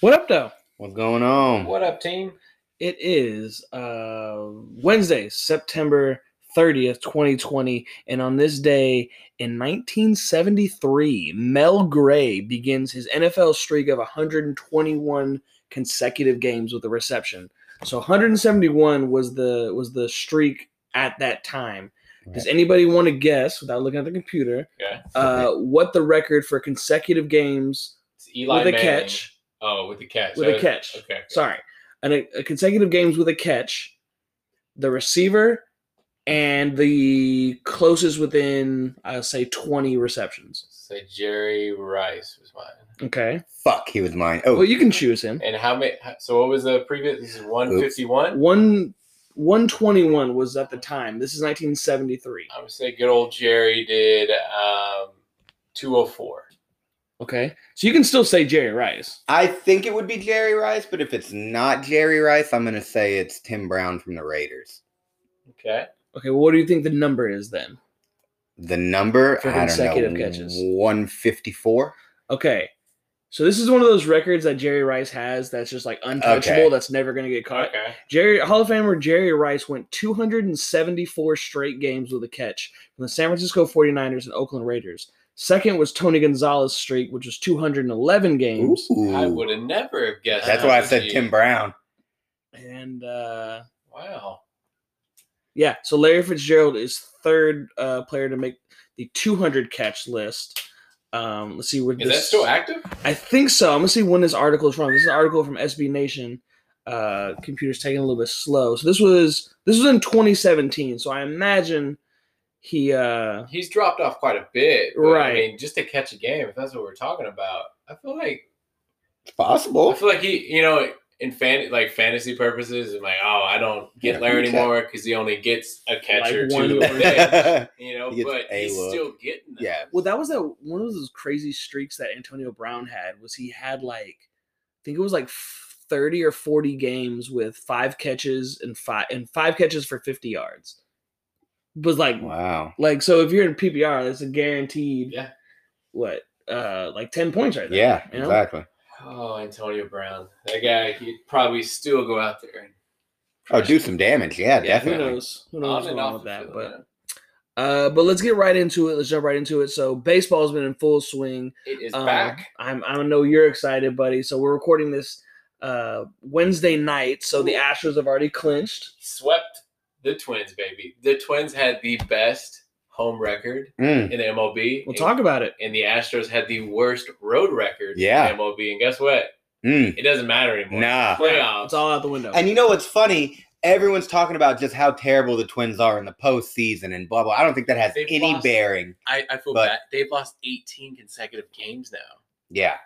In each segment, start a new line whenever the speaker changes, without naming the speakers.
What up, though?
What's going on?
What up, team?
It is uh, Wednesday, September 30th, 2020. And on this day in 1973, Mel Gray begins his NFL streak of 121 consecutive games with a reception. So 171 was the was the streak at that time. Does anybody want to guess without looking at the computer
Okay.
uh, what the record for consecutive games
It's Eli
with a
Manning.
catch?
Oh, with the catch.
With a
Uh,
catch.
Okay.
sorry, an, a consecutive games with a catch, the receiver, and the closest within, I'll say, 20 receptions.
Say Jerry Rice was mine.
Okay.
Fuck, he was mine. Oh,
Well, you can choose him.
And how many? So what was the previous? This is one fifty-one.
One. 121 was at the time. This is 1973.
I would say good old Jerry did um, two oh four.
Okay. So you can still say Jerry Rice.
I think it would be Jerry Rice, but if it's not Jerry Rice, I'm gonna say it's Tim Brown from the Raiders.
Okay.
Okay. Well, what do you think the number is then?
The number
For
I
consecutive
don't know,
catches.
154.
Okay. So this is one of those records that Jerry Rice has that's just like untouchable,
Okay.
that's never going to get caught.
Okay.
Jerry Hall of Famer Jerry Rice went 274 straight games with a catch from the San Francisco 49ers and Oakland Raiders. Second was Tony Gonzalez's streak, which was 211 games.
I
Ooh,
would have never have guessed.
that's
that
why I
was
said
you.
Tim Brown.
And uh,
Wow.
yeah, so Larry Fitzgerald is third uh, player to make the 200 catch list. Um, let's see where
Is
this.
that still active?
I think so. I'm gonna see when this article is from. This is an article from SB Nation. Uh, computer's taking a little bit slow. So this was this was in 2017. So I imagine he. Uh,
He's dropped off quite a bit. but,
Right.
I mean, just to catch a game, if that's what we're talking about, I feel like
It's
I
possible.
feel like he, you know, in fan like fantasy purposes, I'm like, oh, I don't get
Yeah,
Larry
okay.
anymore because he only gets a catch or
Like
two,
one
a
per
day,
yeah.
you know.
He gets
but
a
he's
look.
still getting them.
Well, that was that one of those crazy streaks that Antonio Brown had was he had like I think it was like 30 or 40 games with five catches and five and five catches for 50 yards. Was like
Wow.
like so if you're in PPR, that's a guaranteed
Yeah.
what uh like 10 points right there.
Yeah,
you know?
exactly.
Oh, Antonio Brown, that guy, he'd probably still go out there. And
Oh, do some damage. Yeah,
Yeah,
Who
definitely.
knows? Who knows what's
on
going on
and off
with
the
that?
field,
But
man.
uh but let's get right into it. Let's jump right into it. So baseball's been in full swing.
it is
Um,
back.
I'm I know you're excited, buddy. So we're recording this uh Wednesday night. So the
Ooh.
Astros have already clinched.
He swept the Twins, baby. The Twins had the best home record
Mm,
in the MLB.
We'll
and-
talk about it.
And the Astros had the worst road record
Yeah.
in MLB. And guess what?
mm,
It doesn't matter anymore.
nah.
Playoffs.
It's all out the window.
And you know what's funny? Everyone's talking about just how terrible the Twins are in the postseason and blah blah. I don't think that has
They've
any
lost-
bearing.
I, I feel
But-
bad. They've lost 18 consecutive games now
Yeah,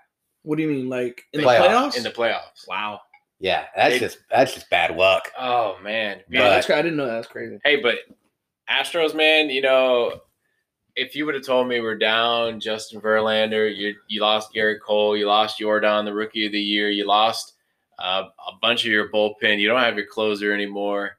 what do you mean, like in the
Playoffs.
playoffs?
in the playoffs.
wow,
yeah. That's
They-
just that's just bad luck.
Oh man.
yeah,
But-
that's cra- I didn't know that. That's crazy.
hey, but Astros, man, you know, if you would have told me we're down Justin Verlander, you you lost Garrett Cole, you lost Jordan, the rookie of the year, you lost uh, a bunch of your bullpen, you don't have your closer anymore,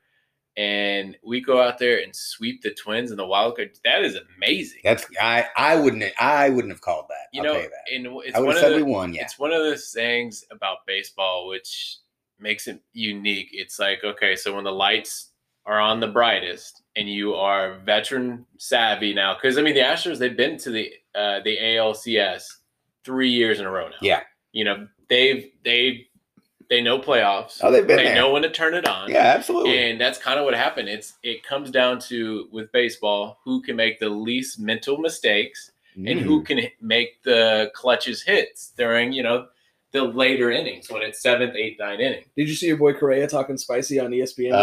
and we go out there and sweep the Twins in the wild card. That is amazing.
That's I I wouldn't I wouldn't have called that.
You
I'll
know,
tell you that.
and it's
I would
one
have
of
said
the,
we won. Yeah,
it's one of those things about baseball which makes it unique. It's like, okay, so when the lights are on the brightest and you are veteran savvy now, because I mean the Astros they've been to the uh, the ALCS three years in a row now.
Yeah.
you know they've they they know playoffs.
oh, they've been
they
there.
know when to turn it on.
yeah, absolutely.
And that's kind of what happened. It's it comes down to with baseball who can make the least mental mistakes and who can h- make the clutches hits during you know the later innings when it's seventh, eighth, ninth inning.
Did you see your boy Correa talking spicy on E ESPN?
Mm.
Uh,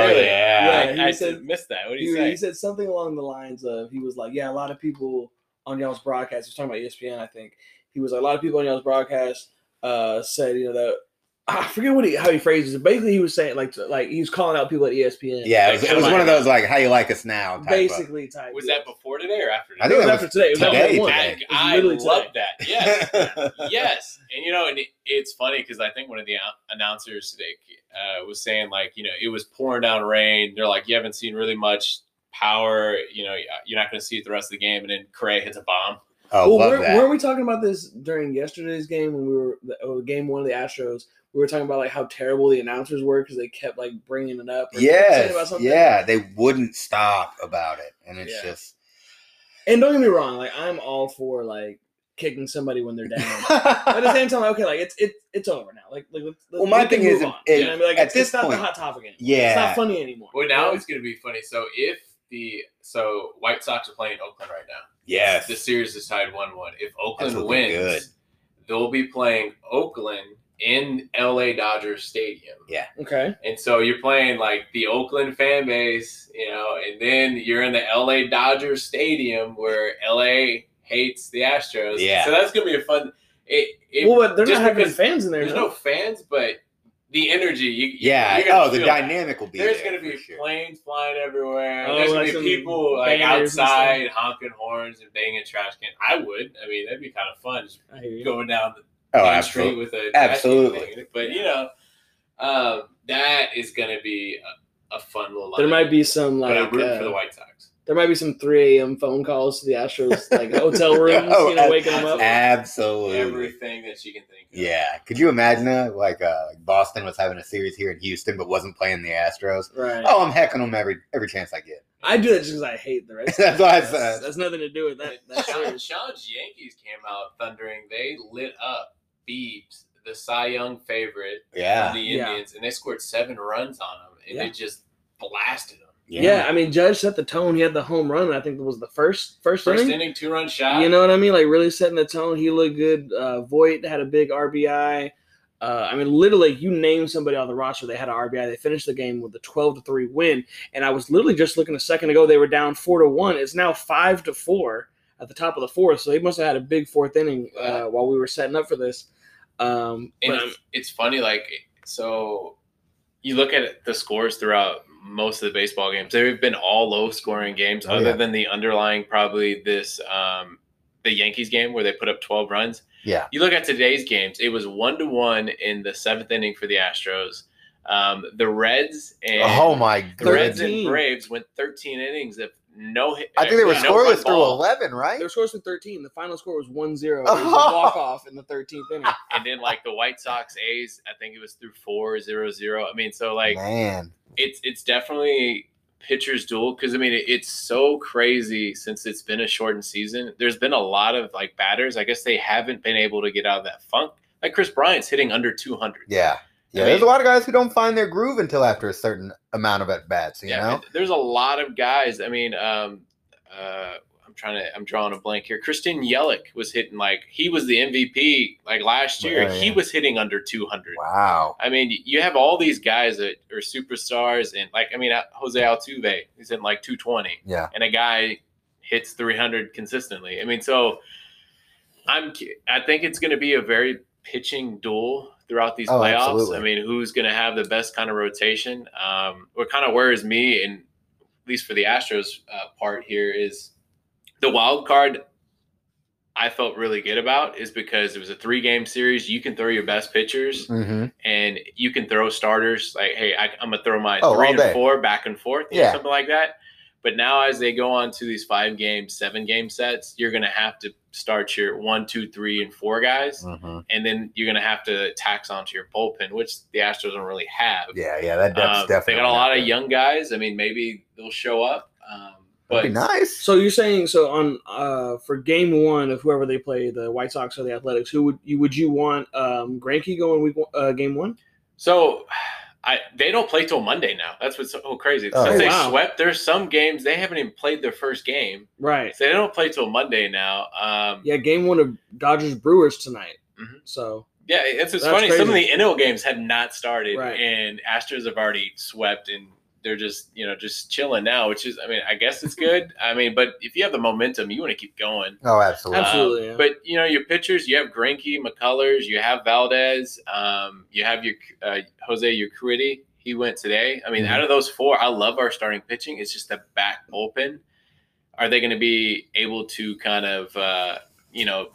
Oh
Really?
yeah.
Yeah, he
I, I
said-
missed that. What do
he,
you
he
say?
said something along the lines of he was like, yeah, a lot of people on y'all's E broadcast. He was talking about ESPN, I think. He was like, a lot of people on y'all's broadcast uh, said, you know, that I forget what he how he phrases it. Basically, he was saying like to, like he was calling out people at E ESPN.
Yeah, it was, it was one of those like how you like us now. Type of-
basically type.
Was
deal.
that before today or after today?
I
It
think
was
that
after today. It was after
today,
they won.
today.
It was
I
literally
love
today.
that. Yes. yes. And, you know, and it, it's funny because I think one of the an- announcers today uh, was saying, like, you know, it was pouring down rain. They're like, you haven't seen really much power. You know, you're not going to see it the rest of the game. And then Cray hits a bomb.
oh,
Well,
love
weren't,
that.
weren't we talking about this during yesterday's game when we were the, or game one of the Astros? We were talking about like how terrible the announcers were because they kept like bringing it up. or saying
yes,
about something.
yeah, they wouldn't stop about it, and it's
Yeah.
just
And don't get me wrong, like I'm all for like kicking somebody when they're down. But at the same time, okay, like it's it's it's over now. Like, like let's,
Well, my
we can
thing is,
move on.
it-
You know what I mean? like,
at
it's,
this
it's not
point-
the hot topic anymore. it's
yeah.
not funny anymore.
Well,
You
now
know?
it's going to be funny. So if the so White Sox are playing Oakland right now.
yes,
The series is tied 1 1. If Oakland
looking
wins,
good.
they'll be playing Oakland in LA Dodgers Stadium.
okay.
And so you're playing like the Oakland fan base, you know, and then you're in the LA Dodgers Stadium where LA hates the Astros.
Yeah.
So that's going to be a fun. It, it,
well, but they're
just
not having
because
fans in there.
there's
no.
no fans, but the energy. You, you-
yeah.
you're gonna
oh, the
feel that.
dynamic will be
There's
there
going to
for
be
sure.
planes flying everywhere.
Oh,
There's going
like
to
some
be people like
bangers and stuff.
outside honking horns and banging trash cans. I would. I mean, that'd be kind of fun. Just
I hear you.
going down the
Oh,
main
absolutely.
street with a
Absolutely.
trash can thing. But you know, um, that is going to be a, a fun little.
There
lineup.
might be some
but
like
I'm rooting
uh,
for the White Sox.
there might be some 3 a.m. phone calls to the Astros like hotel rooms,
Oh,
you know,
ab-
waking them up.
Absolutely.
Everything that you can think. of.
Yeah. Could you imagine that? Like uh, like Boston was having a series here in Houston, but wasn't playing the Astros.
Right.
Oh, I'm hecking them every every chance I get.
I do that just because I hate the Red Sox.
That's what I
That's-
said.
That's nothing to do with that. that
Sean,
series.
Sean's Yankees came out thundering. They lit up Beebs, the Cy Young favorite of
Yeah.
the
Yeah.
Indians, and they scored seven runs on him, and they
Yeah.
just blasted him.
yeah. I mean, Judge set the tone. He had the home run. I think it was the first first,
First
inning.
inning, two run shot.
You know what I mean? Like really setting the tone. He looked good. Uh, Voight had a big RBI. Uh, I mean, literally, you name somebody on the roster, they had an RBI. They finished the game with a 12 to three win. And I was literally just looking a second ago. They were down four to one. It's now five to four at the top of the fourth. So they must have had a big fourth inning uh, while we were setting up for this. Um,
and
but,
it's, it's funny like so you look at the scores throughout most of the baseball games they've been all low scoring games
Oh,
other
yeah.
than the underlying probably this um the yankees game where they put up 12 runs
Yeah.
you look at today's games it was one to one in the seventh inning for the astros um the reds and
Oh my
the
goodness.
reds and
13.
braves went 13 innings of no hit
I think they were
no
scoreless
hit
through
ball.
eleven, right?
Their scores were 13. The final score was 1 0. It was a walk off in the 13th inning.
and then like the white sox a's i think it was through four zero zero i mean so like
Man.
it's it's definitely pitcher's duel because I mean it, it's so crazy since it's been a shortened season. There's been a lot of like batters. I guess they haven't been able to get out of that funk. Like Chris Bryant's hitting under 200.
Yeah. Yeah.
I
There's a
mean-
lot of guys who don't find their groove until after a certain amount of at bats, you know?
There's a lot of guys. I mean, um, uh, I'm trying to. I'm drawing a blank here. Christian Yelich was hitting like he was the MVP like last year.
Yeah,
He
yeah.
was hitting under 200.
Wow.
I mean, you have all these guys that are superstars, and like I mean, uh, Jose Altuve, he's in like 220.
Yeah.
and a guy hits 300 consistently. I mean, so I'm cu- I think it's going to be a very pitching duel throughout these
Oh,
playoffs.
absolutely.
I mean, who's going to have the best kind of rotation? Um, what kind of worries me, and at least for the Astros uh, part here, is the wild card. I felt really good about is because it was a three game series. You can throw your best pitchers
Mm-hmm.
and you can throw starters like, hey, I, I'm gonna throw my
Oh,
three
all day.
and four back and forth, you know,
Yeah.
something like that. But now, as they go on to these five game, seven game sets, you're gonna have to start your one, two, three, and four guys,
Mm-hmm.
and then you're gonna have to tax onto your bullpen, which the Astros don't really have.
Yeah, yeah, that depth's
Um,
definitely.
they got a lot
out
of
there.
young guys. I mean, maybe they'll show up, um, but
That'd be nice.
So you're saying so on uh for game one of whoever they play the White Sox or the Athletics who would you would you want um Granke going week one, uh, game one
So I they don't play till Monday now. That's what's so crazy.
Oh,
Since they
wow.
swept, there's some games they haven't even played their first game.
right
So they don't play till Monday now. Um, yeah.
yeah game one of Dodgers Brewers tonight
Mhm.
so
it's,
That's
it's funny. Some of the NL games have not started,
Right.
and Astros have already swept and they're just you know just chilling now, which is I mean I guess it's good. I mean, but if you have the momentum, you want to keep going.
Oh, absolutely.
Um,
Absolutely, yeah.
But you know your pitchers, you have Grinky, McCullers, you have Valdez, um, you have your uh, Jose Ucridi. He went today. I mean,
Mhm.
out of those four, I love our starting pitching. It's just the back bullpen. Are they going to be able to kind of uh, you know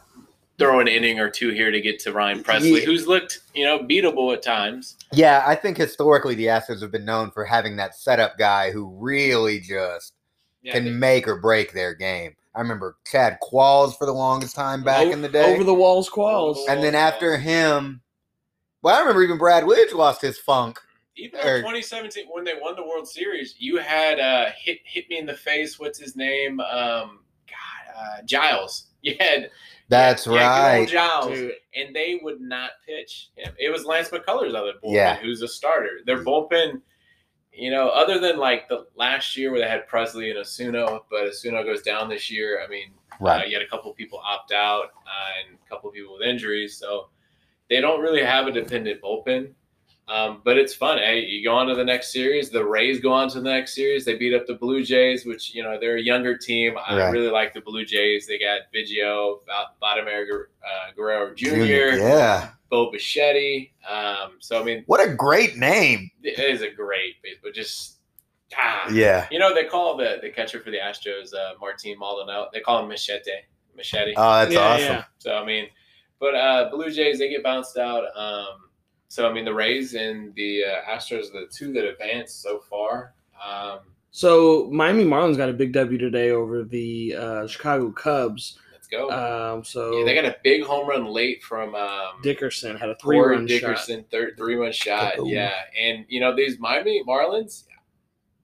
throw an inning or two here to get to Ryan Presley,
Yeah.
who's looked you know beatable at times?
Yeah, I think historically the Astros have been known for having that setup guy who really just
Yeah,
can make or break their game. I remember Chad Qualls for the longest time back in the day.
Over the walls, qualls.
Over the-
and then after him, well, I remember even Brad Williams lost his funk.
Even
Or-
in 2017, when they won the World Series, you had uh, hit hit me in the face. What's his name? Um, God, uh, Giles. You had
That's
you had
right.
good old Giles,
Dude,
and they would not pitch him. It was Lance McCullers' other bullpen,
Yeah.
who's a starter. Their bullpen, you know, other than like the last year where they had Presley and Asuno, but Asuno goes down this year. I mean, uh,
Right.
you had a couple people opt out uh, and a couple people with injuries, so they don't really have a dependent bullpen. Um, but it's fun. Hey, you go on to the next series. The Rays go on to the next series. They beat up the Blue Jays, which you know they're a younger team. I
Right.
really like the Blue Jays. They got Biggio, Val- Vladimir Guer- uh, Guerrero Jr.,
Yeah.
Bo Bichetti. Um, so I mean,
What a great name.
it is a great, but just ah,
Yeah.
You know they call the the catcher for the Astros, uh, Martin Maldonado. They call him Machete. Machete.
Oh, that's
yeah,
awesome.
yeah.
So I mean, but uh, Blue Jays they get bounced out. Um, so I mean, the Rays and the uh, Astros are the two that advanced so far. Um,
So Miami Marlins got a big W today over the uh, Chicago Cubs.
let's go.
Uh,
Um, so
yeah, they got a big home run late from um,
Dickerson had a
Corey
three-run shot.
Dickerson, third three run shot.
Kaboom.
Yeah, and you know these Miami Marlins.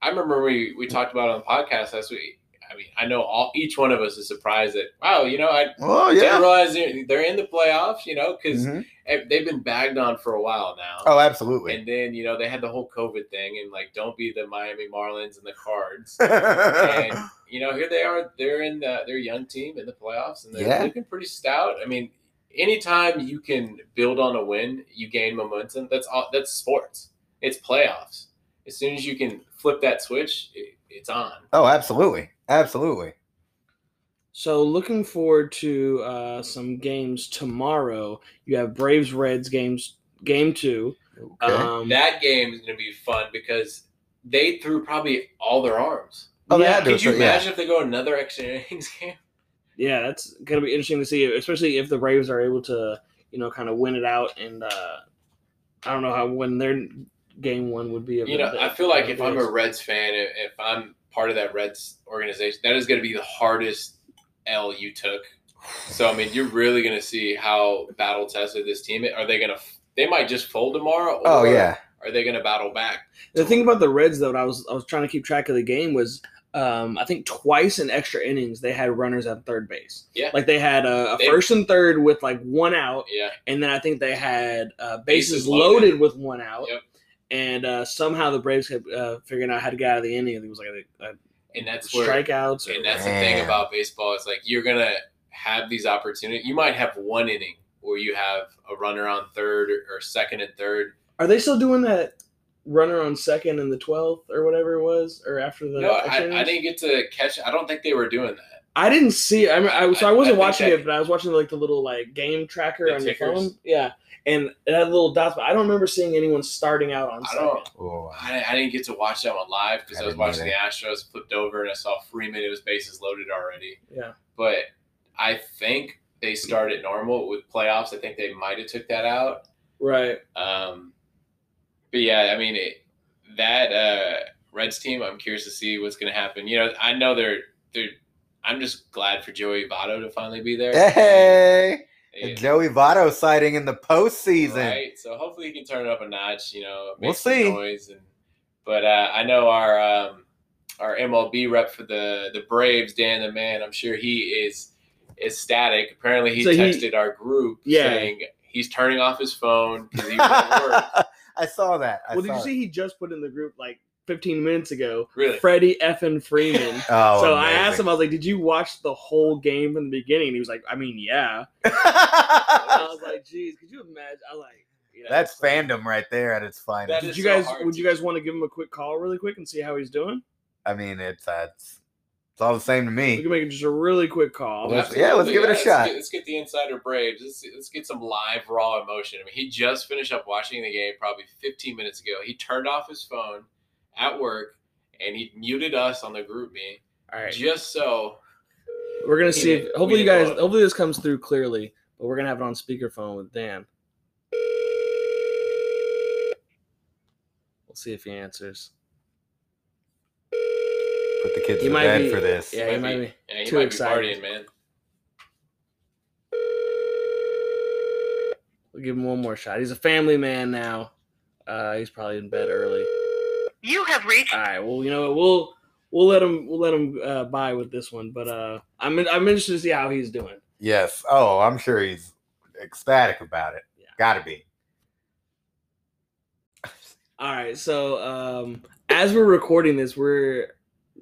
I remember we we talked about it on the podcast last week. I mean, I know all each one of us is surprised that wow, you know, I
Oh,
didn't
yeah.
realize they're, they're in the playoffs. You know, because
Mhm.
they've been bagged on for a while now.
Oh, absolutely.
And then you know they had the whole COVID thing, and like don't be the Miami Marlins and the Cards. and
yeah.
you know here they are. They're in the, their young team in the playoffs, and they're
Yeah.
looking pretty stout. I mean, anytime you can build on a win, you gain momentum. That's all. That's sports. It's playoffs. As soon as you can flip that switch, it, it's on.
Oh, absolutely. Absolutely.
So looking forward to uh, some games tomorrow. You have Braves Reds games game two.
Okay.
Uh,
Um,
That game is going to be fun because they threw probably all their arms.
oh, they
yeah,
had to,
Could you
so- yeah.
imagine if they go another extra innings game?
yeah, that's gonna be interesting to see, especially if the Braves are able to you know kind of win it out. And uh, I don't know how when their game one would be. of
You
the-
know,
the-
I feel like
the
if I'm
Braves.
a Reds fan, if if I'm part of that Reds organization, that is going to be the hardest L you took. So I mean, you're really going to see how battle tested this team. is. Are they going to? They might just fold tomorrow. Or
Oh, yeah.
Are they going to battle back?
The thing about the Reds, though, that I was I was trying to keep track of the game was um, I think twice in extra innings they had runners at third base.
Yeah.
like they had a, a
They-
first and third with like one out,
Yeah,
and then I think they had uh, bases,
Bases
loaded.
loaded.
with one out.
Yep.
And uh, somehow the Braves had uh, figured out how to get out of the inning. I think it was like
and
a, a
that's where.
strikeouts. Or,
And that's the thing
Man.
about baseball. It's like you're gonna have these opportunities. You might have one inning where you have a runner on third or, or second and third.
Are they still doing that runner on second in the twelfth or whatever it was, or after the?
No,
extra
I, I
innings?
didn't get to catch. I don't think they were doing that.
I didn't see. it. I, mean, I so I
I-
wasn't
I think
watching
that-
it, but I was watching like the little like game tracker
The
on your
tickers.
phone. Yeah, and it had little dots, but I don't remember seeing anyone starting out on.
I
second.
don't.
Oh,
I, I didn't get to watch that one live because
I
I, was
didn't
watching the Astros, flipped over, and I saw Freeman. It was bases loaded already.
Yeah.
But I think they started normal with playoffs. I think they might have took that out.
Right.
Um, but yeah, I mean it, that uh, Reds team. I'm curious to see what's going to happen. You know, I know they're they're. I'm just glad for Joey Votto to finally be there.
Hey,
Yeah,
a Joey Votto sighting in the postseason.
Right. So hopefully he can turn it up a notch. You know, make
We'll
some
see.
Noise and, but uh, I know our um, our MLB rep for the the Braves, Dan the man. I'm sure he is ecstatic. Apparently he
So he-
texted our group
Yeah.
saying he's turning off his phone because he was at work.
I saw that. I
well, did
saw
you see he just put in the group like 15 minutes ago?
Really?
Freddie effing Freeman.
it. Oh,
so I asked him, I was like, "Did you watch the whole game from the beginning?" And he was like, "I mean, yeah." And I
him.
was like, "Geez, could you imagine?" I was like,
You know,
That's
it's like-
fandom right there at its finest.
That
Did
is
you
so
guys?
hard
would
to-
you guys want to give him a quick call really quick and see how he's doing?
I mean, it's uh, it's, it's all the same to
We
me.
can make just a really quick call.
Let's- yeah, let's
Absolutely,
give it a shot.
Let's get, let's get the insider Braves. Let's, let's get some live raw emotion. I mean, he just finished up watching the game probably 15 minutes ago. He turned off his phone at work and he muted us on the group me
All right,
just so
we're gonna
we
see.
need
If,
it.
hopefully,
We
you
need it
guys.
all.
Hopefully, this comes through clearly. But we're gonna have it on speakerphone with Dan. We'll see if he answers.
Put the kids
He
to
might
bed
be-
for this.
Yeah, he might be.
yeah, he
Too
might
excited.
be partying, man.
We'll give him one more shot. He's a family man now. Uh, he's probably in bed early.
You have reached.
All right. Well, you know what? We'll we'll let him we'll let him uh, buy with this one. But uh, I'm in, I'm interested to see how he's doing.
Yes. Oh, I'm sure he's ecstatic about it.
Yeah.
Gotta be.
All right, so um, as we're recording this, we're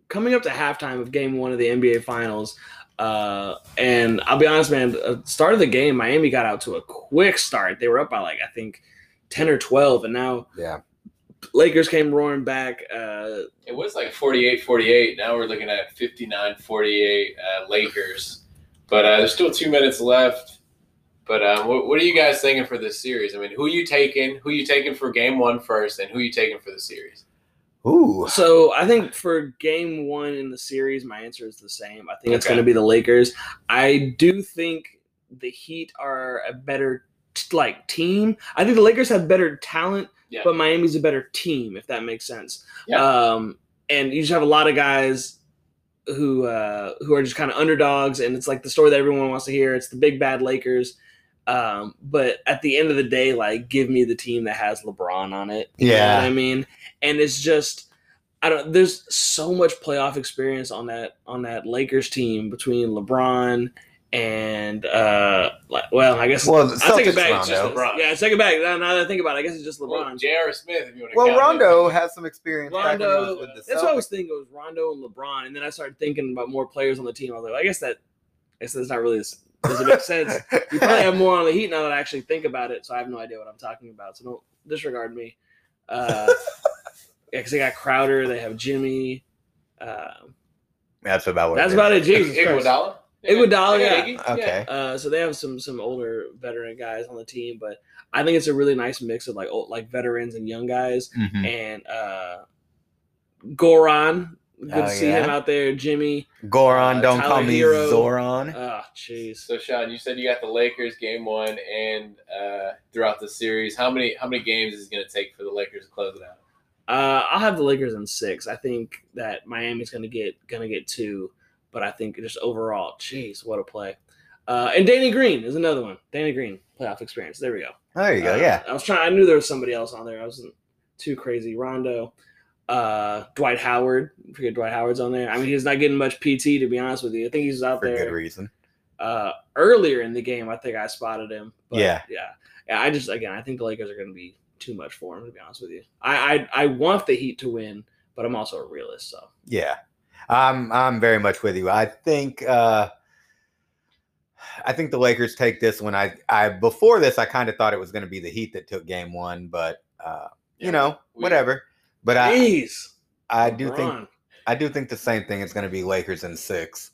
coming up to halftime of Game One of the NBA Finals, uh, and I'll be honest, man. uh, Start of the game, Miami got out to a quick start. They were up by like I think ten or twelve, and now
Yeah.
Lakers came roaring back. Uh,
It was like 48 48. Now we're looking at 59 48 uh, Lakers. But uh, there's still two minutes left. But uh, what, what are you guys thinking for this series? I mean, who you taking? Who you taking for game one first, and who you taking for the series?
Ooh.
so I think for Game One in the series, my answer is the same. I think it's
Okay.
going to be the Lakers. I do think the Heat are a better t- like team. I think the Lakers have better talent.
Yeah.
but Miami's a better team, if that makes sense.
Yeah.
Um, and you just have a lot of guys who uh, who are just kind of underdogs, and it's like the story that everyone wants to hear. It's the big bad Lakers. Um, but at the end of the day, like, give me the team that has LeBron on it. You know
Yeah.
what I mean, and it's just I don't. There's so much playoff experience on that on that Lakers team between LeBron and uh, like, well, I guess
Well, the
I take it
Celtics
back.
round,
It's just
though.
LeBron.
LeBron. Yeah, I take it back. Now, now that I think about it, I guess it's just
Well,
LeBron.
J.R. Smith, if you want to
Well,
count him.
Rondo has some experience. back when he was
Rondo.
with the
That's what I
Celtics.
was thinking. It was Rondo and LeBron, and then I started thinking about more players on the team. I was like, well, I guess that, I guess that's not really. Does it make sense? You probably have more on the Heat now that I actually think about it. So I have no idea what I'm talking about. So don't disregard me. Uh, yeah, because they got Crowder. They have Jimmy. Uh,
That's about what.
that's about it. Jesus Christ.
Iguodala.
Iguodala, yeah.
Iggy,
Okay.
Uh, so they have some some older veteran guys on the team, but I think it's a really nice mix of like old, like veterans and young guys.
Mhm.
And uh, Goran, good
Oh,
to see him
yeah.
out there. Jimmy,
Goron,
Uh,
don't call
Tyler
me
Hero.
Zoran.
oh jeez,
So Sean, you said you got the Lakers game one, and uh, throughout the series, how many how many games is it going to take for the Lakers to close it out?
uh, I'll have the Lakers in six. I think that Miami's gonna get gonna get two, but I think just overall, jeez, what a play. Uh, and Danny Green is another one. Danny Green, playoff experience. There we go.
Oh, there you go.
Uh,
Yeah.
I was trying. I knew there was somebody else on there. I wasn't too crazy. Rondo, uh, Dwight Howard. I forget Dwight Howard's on there. I mean, he's not getting much PT to be honest with you. I think he's out
For good
there
reason.
uh, earlier in the game. I think I spotted him.
Yeah.
yeah, yeah. I just again, I think the Lakers are going to be too much for him to be honest with you. I, I I want the Heat to win, but I'm also a realist. So
Yeah. I'm I'm very much with you. I think uh I think the Lakers take this one. I I before this I kind of thought it was going to be the Heat that took game 1, but uh
Yeah,
you know,
we-
whatever. But I
please,
I do think
LeBron.
I do think the same thing is going to be Lakers in 6.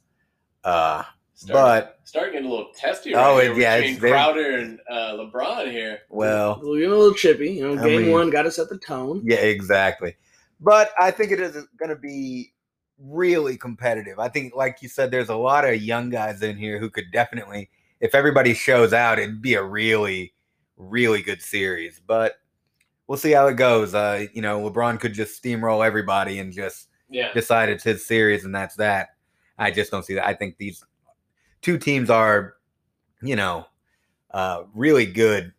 Uh
Start,
but
start getting a little testy.
Oh,
Right
it-
here
yeah, it's
between
very-
Crowder and uh, LeBron here.
well,
we're getting a little chippy. You know,
I
game
mean-
one got to set the tone.
yeah, exactly. But I think it is going to be really competitive. I think like you said there's a lot of young guys in here who could definitely if everybody shows out, it'd be a really, really good series. But we'll see how it goes. Uh, you know, LeBron could just steamroll everybody and just
Yeah.
decide it's his series and that's that. I just don't see that. I think these two teams are, you know, uh, really good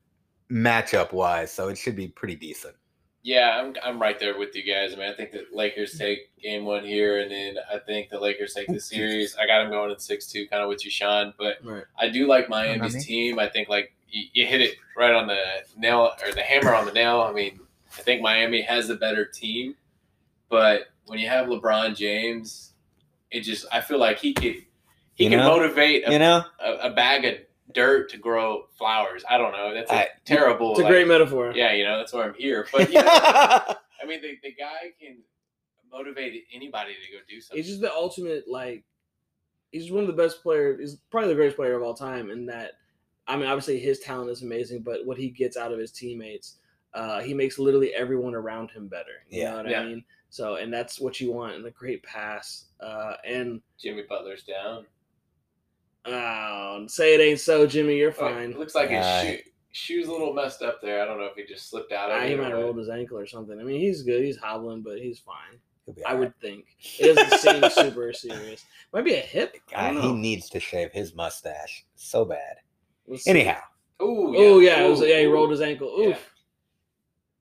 matchup wise, so it should be pretty decent.
Yeah, I'm, I'm right there with you guys. I mean, I think the Lakers take game one here, and then I think the Lakers take the series. I got them going in 6 2, kind of with you, Sean. But
Right.
I do like
me.
Miami's team. I think, like, you, you hit it right on the nail or the hammer on the nail. I mean, I think Miami has the better team. But when you have LeBron James, it just, I feel like he could. He
You
can
know?
motivate a
You know,
a, a bag of dirt to grow flowers. I don't know. That's a
I-
terrible.
It's a
like-
great metaphor.
Yeah, you know that's why I'm here. But you know, I mean, the, the guy can motivate anybody to go do something.
he's just the ultimate like he's one of the best players he's probably the greatest player of all time in that i mean obviously his talent is amazing but what he gets out of his teammates uh, he makes literally everyone around him better you
Yeah.
know what
Yeah.
i mean so and that's what you want and a great pass uh, and
Jimmy Butler's down.
uh, say it ain't so jimmy you're
Oh,
fine
it looks like his
Uh,
shoe, shoe's a little messed up there. I don't know if he just slipped out. of
Ah,
it
he
or
might have
what.
rolled his ankle or something i mean he's good he's hobbling but he's fine
He'll be
i
all
would think it doesn't seem super serious might be a hip
right.
i don't
God, he
know
needs to shave his mustache so bad.
Let's see.
Anyhow,
Ooh, yeah.
oh yeah, it was,
Ooh,
yeah he
ooh.
rolled his ankle oof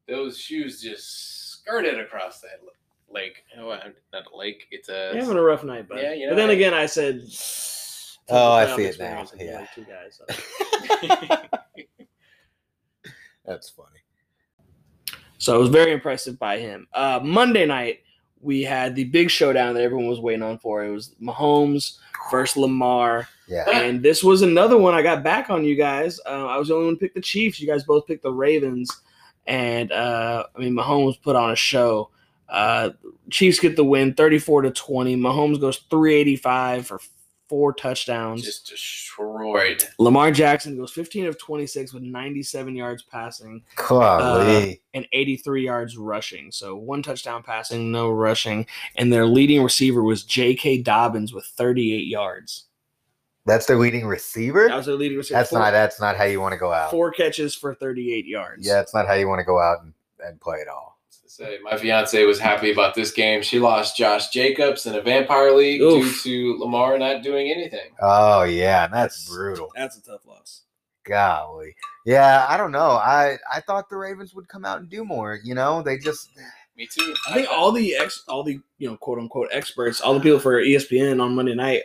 Yeah. Those shoes just skirted across that l- lake. Oh, uh, not a lake. It's a.
You're having a rough night, bud.
Yeah, you
but
know,
then
I-
again, I said.
oh, I
playoff
see it now.
experience and
Yeah,
like two guys, so.
that's funny.
So I was very impressive by him. Uh, Monday night, we had the big showdown that everyone was waiting on for. It was Mahomes versus Lamar.
Yeah,
And this was another one I got back on you guys. Uh, I was the only one to pick the Chiefs. You guys both picked the Ravens. And uh, I mean, Mahomes put on a show. Uh, Chiefs get the win 34 to 20. Mahomes goes 385 for four touchdowns.
just destroyed.
Lamar Jackson goes 15 of 26 with 97 yards passing
Golly.
and 83 yards rushing. So one touchdown passing, no rushing. And their leading receiver was J.K. Dobbins with 38 yards.
that's their leading receiver.
That was their leading receiver.
that's
four,
not. That's not how you want to go out.
Four catches for 38 yards.
Yeah, it's not how you want to go out and, and play at all.
To say, my fiance was happy about this game. She lost Josh Jacobs in a vampire league
Oof.
due to Lamar not doing anything.
Oh yeah, and that's
That's-
brutal.
That's a tough loss.
Golly. Yeah, I don't know. I I thought the Ravens would come out and do more. You know, they just
Me too.
I think all the ex, all the you know, quote unquote experts, all the people for E ESPN on Monday night,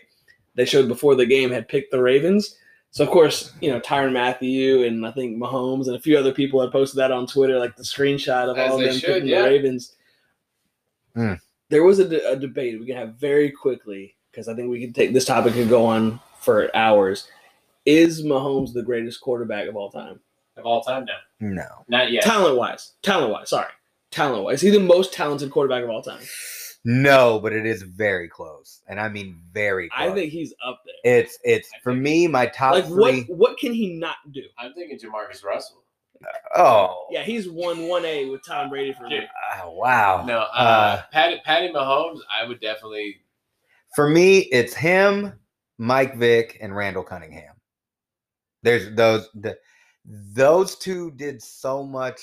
they showed before the game had picked the Ravens. So of course, you know, Tyron Matthew and I think Mahomes and a few other people had posted that on Twitter, like the screenshot of
As
all of
they
them
should,
picking
yeah.
the Ravens.
Hmm.
There was a, de- a debate we can have very quickly because I think we can take this topic could go on for hours. Is Mahomes the greatest quarterback of all time?
Of all time now.
no.
Not yet.
Talent wise, talent wise, sorry, talent wise, he's the most talented quarterback of all time.
No, but it is very close. And I mean very close.
I think he's up there.
it's it's
I
for
think-
me my top
like
three.
what what can he not do?
I'm thinking Jamarcus Russell.
Oh.
Yeah, he's won one A with Tom Brady for me.
Dude.
Oh, wow.
No, uh,
Uh,
Patty, Patty Mahomes, I would definitely.
For me, it's him, Mike Vick, and Randall Cunningham. There's those the, those two did so much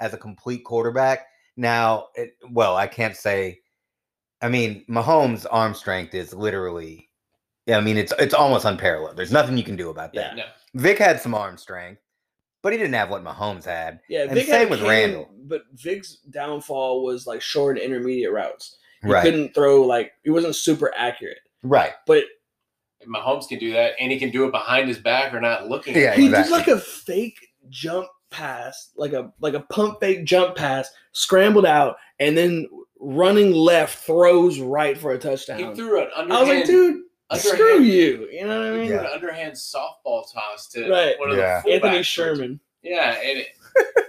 as a complete quarterback. Now, it, well, I can't say. I mean, Mahomes' arm strength is literally. Yeah, I mean, it's it's almost unparalleled. There's nothing you can do about that.
Yeah.
No.
Vic had some arm strength, but he didn't have what Mahomes had.
Yeah,
And
had
same
a
with
cannon,
Randall.
But Vig's downfall was like short and intermediate routes. He
Right,
couldn't throw like he wasn't super accurate.
right.
But
Mahomes can do that, and he can do it behind his back or not looking.
Yeah,
at
he
him.
did
exactly.
like a fake jump pass, like a like a pump fake jump pass, scrambled out, and then running left throws right for a touchdown.
He threw an underhand.
I was like, dude,
underhand,
screw you. You know what I
he
mean?
threw an underhand softball toss to
Right.
one of
Yeah.
the
Anthony
fullbacks.
Sherman.
Yeah, and it,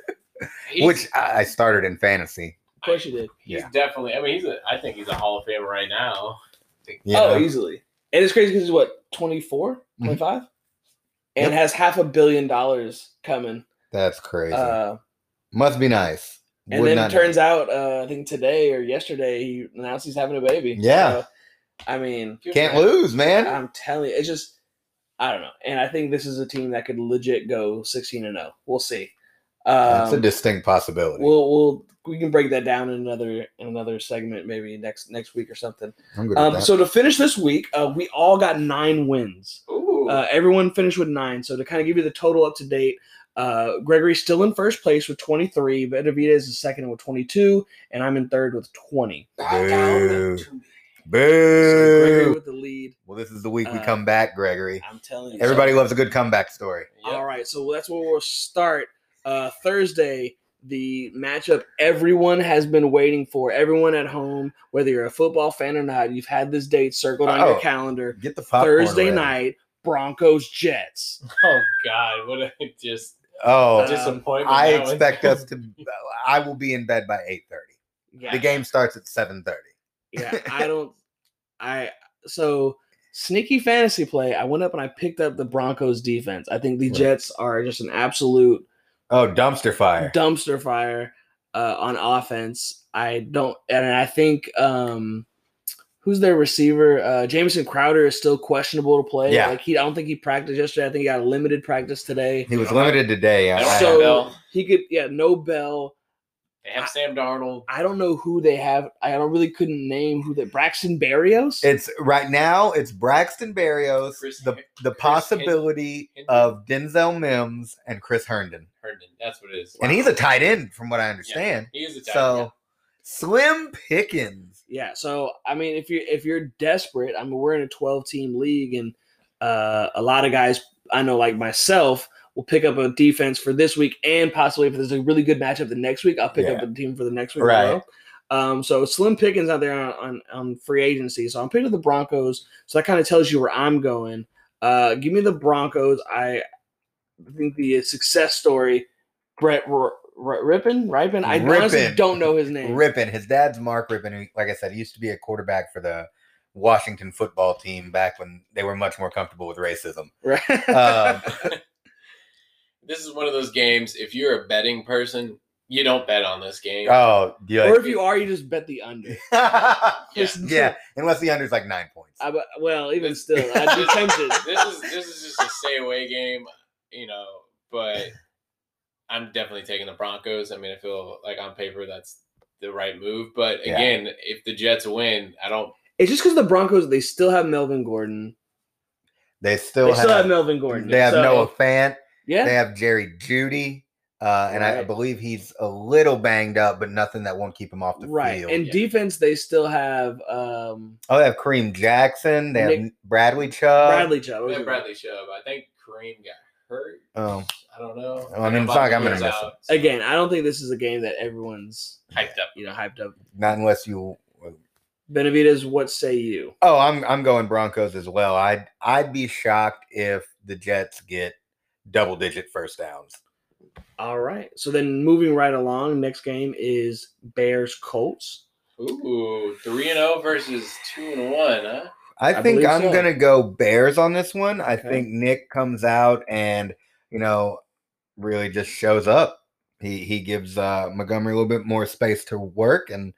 he's-
Which I I started in fantasy.
Of course you did.
he's
Yeah.
definitely. I mean, he's a. I think he's a Hall of Famer right now.
You
Oh,
know?
easily. And it's crazy because he's what, 24, 25? And
Mm-hmm. Yep.
has half a billion dollars coming.
that's crazy.
Uh,
Must be nice.
and
Would
then
not
it turns out, uh, I think today or yesterday, he announced he's having a baby.
Yeah.
So, I mean,
Good
can't
for him.
lose, man.
I'm telling you, it's just, I don't know. And I think this is a team that could legit go 16 and 0. We'll see.
That's a
Um,
distinct possibility.
we'll, we'll, we can break that down in another, in another segment, maybe next, next week or something.
I'm good with
Um,
that.
so to finish this week, uh, we all got nine wins.
Ooh.
Uh, everyone finished with nine. So to kind of give you the total up to date, uh, Gregory's still in first place with 23. Benavidez is second with 22, and I'm in third with 20.
Bow down to me.
So Gregory
Boo.
with the lead.
Well, this is the week we
Uh,
come back, Gregory.
I'm telling you.
Everybody loves a good comeback story.
Yep.
All right. So that's where we'll start uh, Thursday. The matchup everyone has been waiting for. Everyone at home, whether you're a football fan or not, you've had this date circled on
Oh.
your calendar.
Get the popcorn
Thursday
ready.
night, Broncos Jets.
Oh God, what a just
Oh,
Just-
disappointment!
I
that was.
expect us to. I will be in bed by eight thirty.
Yeah,
The game starts at seven thirty.
yeah, I don't. I so sneaky fantasy play. I went up and I picked up the Broncos defense. I think the
Right.
Jets are just an absolute
Oh, dumpster fire!
dumpster fire uh, on offense. I don't, and I think um, who's their receiver? Uh, Jameson Crowder is still questionable to play.
Yeah.
like he, I don't think he practiced yesterday. I think he got a limited practice today.
He was limited today. I-
I don't have
So
Bell.
he could, yeah, no Bell.
They have Sam Darnold.
I don't know who they have. I don't really couldn't name who they. Braxton Berrios.
It's right now. It's Braxton Berrios,
Chris-
the the
Chris
possibility
Hin-
of Denzel Mims and Chris Herndon,
Herndon. That's what it is.
and he's a tight end, from what I understand.
He is a tight
so,
end.
slim pickings.
yeah so i mean if you if you're desperate i mean we're in a 12 team league and uh a lot of guys i know like myself will pick up a defense for this week and possibly if there's a really good matchup the next week i'll pick up
Yeah.
a team for the next week as
Right.
well. um so slim pickings out there on, on on free agency so i'm picking up the broncos so that kind of tells you where i'm going uh give me the broncos i think the success story brett R- R- rippin ripin i honestly
Rippin.
don't know his name
Rippin, his dad's Mark Rippin, who, like I said, he used to be a quarterback for the Washington football team back when they were much more comfortable with racism.
right
Um,
This is one of those games. If you're a betting person, you don't bet on this game.
oh, yeah.
or if you are, you just bet the under.
Yeah.
yeah, unless the under's like nine points.
I, bu- well, even still, I'd be tempted.
this is this is just a stay away game, you know. But I'm definitely taking the Broncos. I mean, I feel like on paper that's the right move. But
Yeah.
again, if the Jets win, I don't.
It's just because the Broncos they still have Melvin Gordon.
They still
They
have,
still have Melvin Gordon.
they have
So,
Noah Fant. They
Yeah,
have Jerry Judy. Uh, and I
Right.
believe he's a little banged up, but nothing that won't keep him off the
right.
field.
And
Yeah.
defense they still have um,
oh, they have Kareem Jackson. They have
Nick-
Bradley Chubb.
Bradley Chubb.
They have Bradley Chubb. I think Kareem got hurt.
Oh,
I don't know.
Well, I mean, it's
Bob
not like I'm gonna
Miller's
miss him.
out, so
Again, I don't think this is a game that everyone's
hyped up.
you know hyped up.
not unless you
Benavides, what say you?
Oh, I'm I'm going Broncos as well. I'd I'd be shocked if the Jets get double digit first downs.
All right. So then moving right along, next game is Bears Colts.
Ooh, three and zero versus two and one, huh?
I
I
think
believe
I'm
so.
gonna go Bears on this one. I
Okay.
think Nick comes out and you know really just shows up. He he gives uh, Montgomery a little bit more space to work, and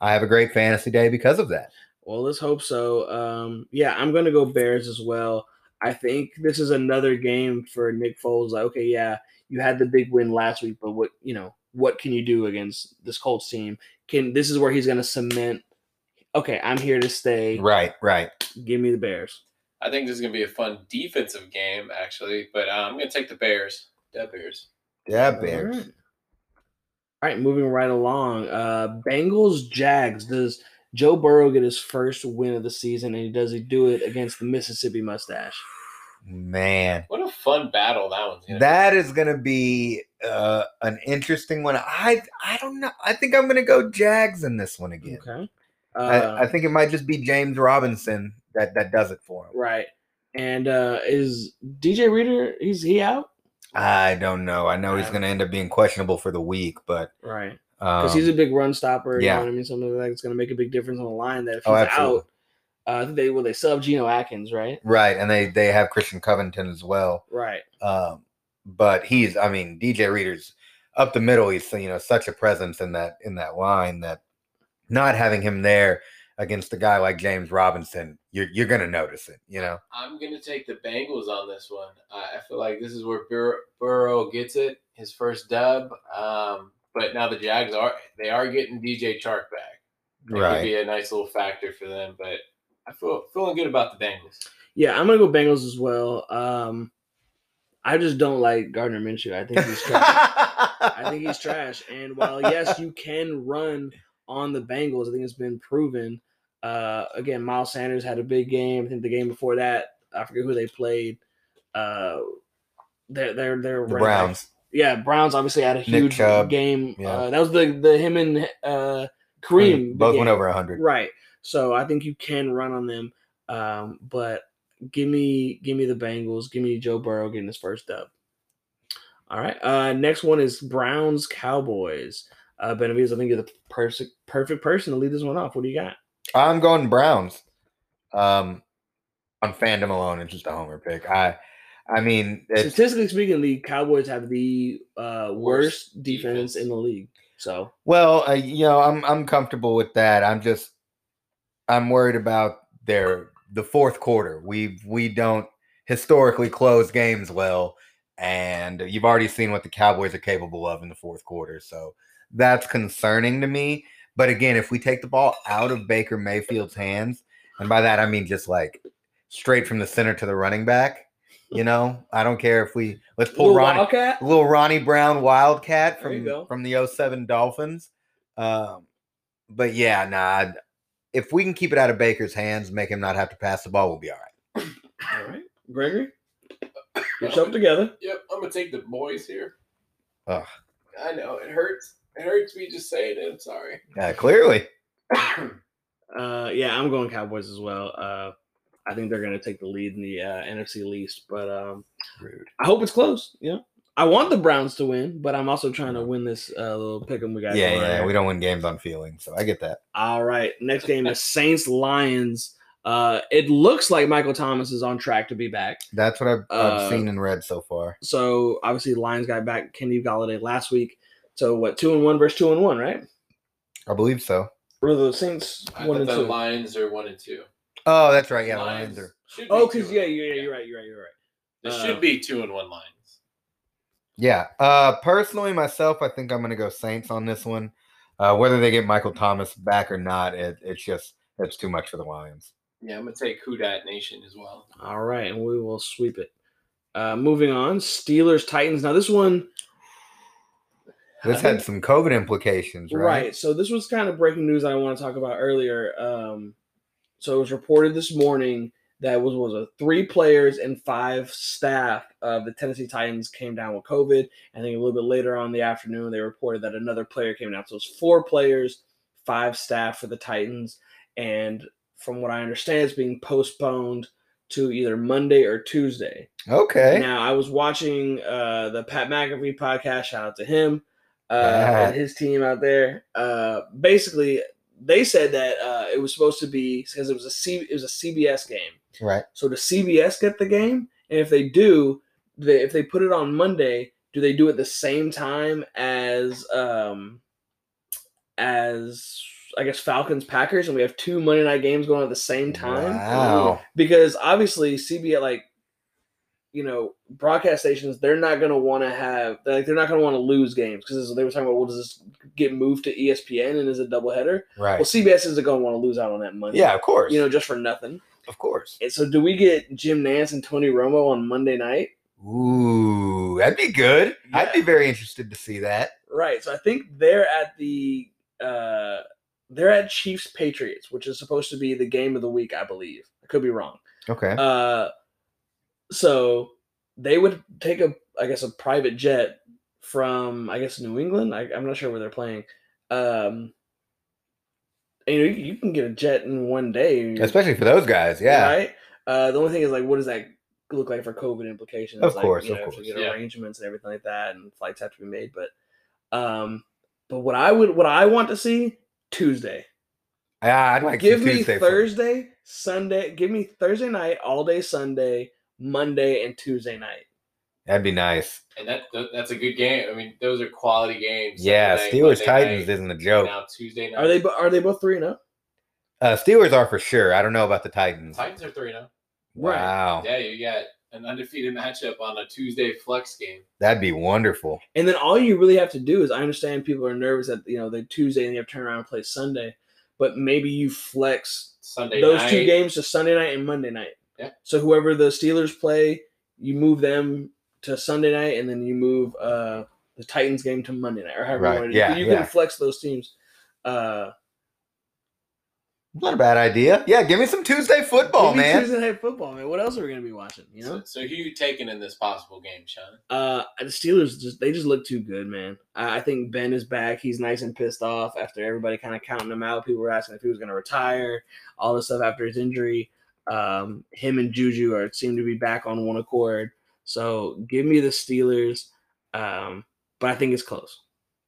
I have a great fantasy day because of that.
Well, let's hope so. Um, yeah, I'm going to go Bears as well. I think this is another game for Nick Foles. Like, okay, yeah, you had the big win last week, but what you know, what can you do against this Colts team? Can this is where he's going to cement? Okay, I'm here to stay.
Right, right.
Give me the Bears.
I think this is gonna be a fun defensive game, actually. But uh, I'm gonna take the Bears. The Bears.
Yeah,
All right.
Bears.
All right, moving right along. Uh Bengals Jags. Does Joe Burrow get his first win of the season, and does he do it against the Mississippi Mustache?
Man,
What a fun battle that one's gonna.
that is gonna be uh, an interesting one. I I don't know. I think I'm gonna go Jags in this one again.
Okay. Uh,
I, I think it might just be James Robinson that that does it for him.
Right. And uh is DJ Reader he's he out?
I don't know. I know he's
Yeah.
going to end up being questionable for the week, but
Right.
um,
Because he's a big run stopper, you
yeah.
know what I mean? Something like that's gonna make a big difference on the line that if he's
Oh, absolutely.
out, uh, I think they well they still have Geno Atkins, right?
right, and they they have Christian Covington as well.
Right.
Um, but he's, I mean, DJ Reader's up the middle. He's you know such a presence in that in that line that not having him there against a guy like James Robinson, you're you're going to notice it. You know,
I'm gonna take the Bengals on this one. I I feel like this is where Bur- Burrow gets it, his first dub. Um, but now the Jags are they are getting DJ Chark back. That could be a nice little factor for them. But I feel feeling good about the Bengals.
Yeah, I'm gonna go Bengals as well. Um I just don't like Gardner Minshew. I think he's trash. I think he's trash. And while yes, you can run on the Bengals, I think it's been proven. Uh, again, Miles Sanders had a big game. I think the game before that, I forget who they played. Uh, they're they're they're
the Browns.
Yeah, Browns obviously had a
Nick
huge
Chubb.
game.
Yeah.
Uh, that was the the him and uh, Kareem
both
began-
went over hundred.
Right. So I think you can run on them. Um, but Give me, give me the Bengals. Give me Joe Burrow getting his first dub. All right. Uh, next one is Browns Cowboys. Uh, Benavides, I think you're the perfect perfect person to lead this one off. What do you got?
I'm going Browns. Um, on fandom alone, it's just a homer pick. I, I mean, it's,
Statistically speaking, the Cowboys have the uh, worst defense in the league. So
well, uh, you know, I'm I'm comfortable with that. I'm just, I'm worried about their the fourth quarter. We we don't historically close games well, and you've already seen what the Cowboys are capable of in the fourth quarter. So that's concerning to me. But again, if we take the ball out of Baker Mayfield's hands, and by that I mean just like straight from the center to the running back, you know, I don't care if we let's pull
Little
Ronnie
Wildcat.
little Ronnie Brown Wildcat
There you go.
from from the 07 Dolphins. Um, but yeah, nah, I'd- if we can keep it out of Baker's hands, make him not have to pass the ball, we'll be all right.
All right, Gregory, get yourself together.
Yep, I'm gonna take the boys here.
Ugh.
I know it hurts. It hurts me just saying it. I'm sorry.
Yeah, clearly.
Uh, yeah, I'm going Cowboys as well. Uh, I think they're going to take the lead in the uh, NFC least, but um,
Rude.
I hope it's close. Yeah, I want the Browns to win, but I'm also trying to win this uh, little pick'em we got.
Yeah,
going on
yeah,
here.
we don't win games on feeling, so I get that.
All right. Next game is Saints Lions. Uh, it looks like Michael Thomas is on track to be back.
That's what I've, I've
Uh,
seen and read so far.
So obviously, Lions got back Kenny Galladay last week. So what? Two and one versus two and one, right?
I believe so.
Or the Saints
I
one
thought
and
the
two.
Lions are one and two.
Oh, that's right. Yeah, Lions are.
should be
oh,
two
because
and
yeah,
one.
yeah, yeah, you're right, you're right, you're right.
There
Uh,
should be two and one Lions.
Yeah. Uh, personally, myself, I think I'm going to go Saints on this one. Uh, whether they get Michael Thomas back or not, it, it's just it's too much for the Lions.
Yeah, I'm gonna take Kudat Nation as well.
All right, and we will sweep it. Uh, moving on, Steelers Titans. Now this one,
This had some COVID implications,
right.
right?
So this was kind of breaking news I want to talk about earlier. Um, so it was reported this morning that was was a three players and five staff of the Tennessee Titans came down with COVID. I think a little bit later on in the afternoon they reported that another player came down. So it's four players, five staff for the Titans, and from what I understand, it's being postponed to either Monday or Tuesday.
Okay.
Now I was watching uh, the Pat McAfee podcast. Shout out to him uh,
Yeah.
and his team out there. Uh, basically, they said that uh, it was supposed to be because it was a C, it was a CBS game.
right.
So does CBS get the game? And if they do, they, if they put it on Monday, do they do it the same time as um, as I guess Falcons Packers, and we have two Monday night games going at the same time?
Wow.
because obviously CBS like you know broadcast stations they're not going to want to have like they're not going to want to lose games because they were talking about well does this get moved to E ESPN and is it doubleheader?
Right.
Well, CBS isn't going to want to lose out on that money.
yeah, of course.
you know just for nothing.
of course.
And so do we get Jim Nance and Tony Romo on Monday night?
Ooh, that'd be good. I'd be
Yeah.
very interested to see that.
Right. So I think they're at the uh they're at Chiefs Patriots, which is supposed to be the game of the week, I believe. I could be wrong.
Okay.
Uh, so they would take a, I guess, a private jet from, I guess, New England. I, I'm not sure where they're playing. Um, and you, you can get a jet in one day,
Especially for those guys. Yeah.
right? Uh, the only thing is like, what does that look like for COVID implications?
Of
Like,
course,
you
of
know, if you
course.
get
Yeah.
arrangements and everything like that, and flights have to be made. But, um, but what I would, what I want to see Tuesday.
Yeah, I'd like
give
some
me
Tuesday fun.
Thursday, Sunday. Give me Thursday night, all day Sunday, Monday, and Tuesday night.
That'd be nice.
And that th- that's a good game. I mean, those are quality games.
Yeah,
Saturday,
Steelers
Monday
Titans
night,
isn't a joke.
Now Tuesday night.
Are they? bo- Are they both three and zero?
Uh, Steelers are for sure. I don't know about the Titans.
Titans are three now.
Right.
Wow,
Yeah, you got an undefeated matchup on a Tuesday flex game.
that'd be wonderful.
And then all you really have to do is I understand people are nervous that you know they Tuesday and you have to turn around and play Sunday, but maybe you flex
Sunday
those
night.
two games to Sunday night and Monday night.
Yeah.
So whoever the Steelers play, you move them to Sunday night, and then you move uh the Titans game to Monday night, or however
Right.
you want to
Yeah,
do. You
yeah.
can flex those teams. Uh,
Not a bad idea. Yeah, give me some Tuesday football,
maybe
man.
Tuesday night football, man. What else are we gonna be watching? You know.
So, so who you taking in this possible game, Sean?
Uh, the Steelers just they just look too good, man. I, I think Ben is back. He's nice and pissed off after everybody kind of counting him out. People were asking if he was going to retire, all this stuff after his injury. Um, him and Juju are seem to be back on one accord. So give me the Steelers, um, but I think it's close.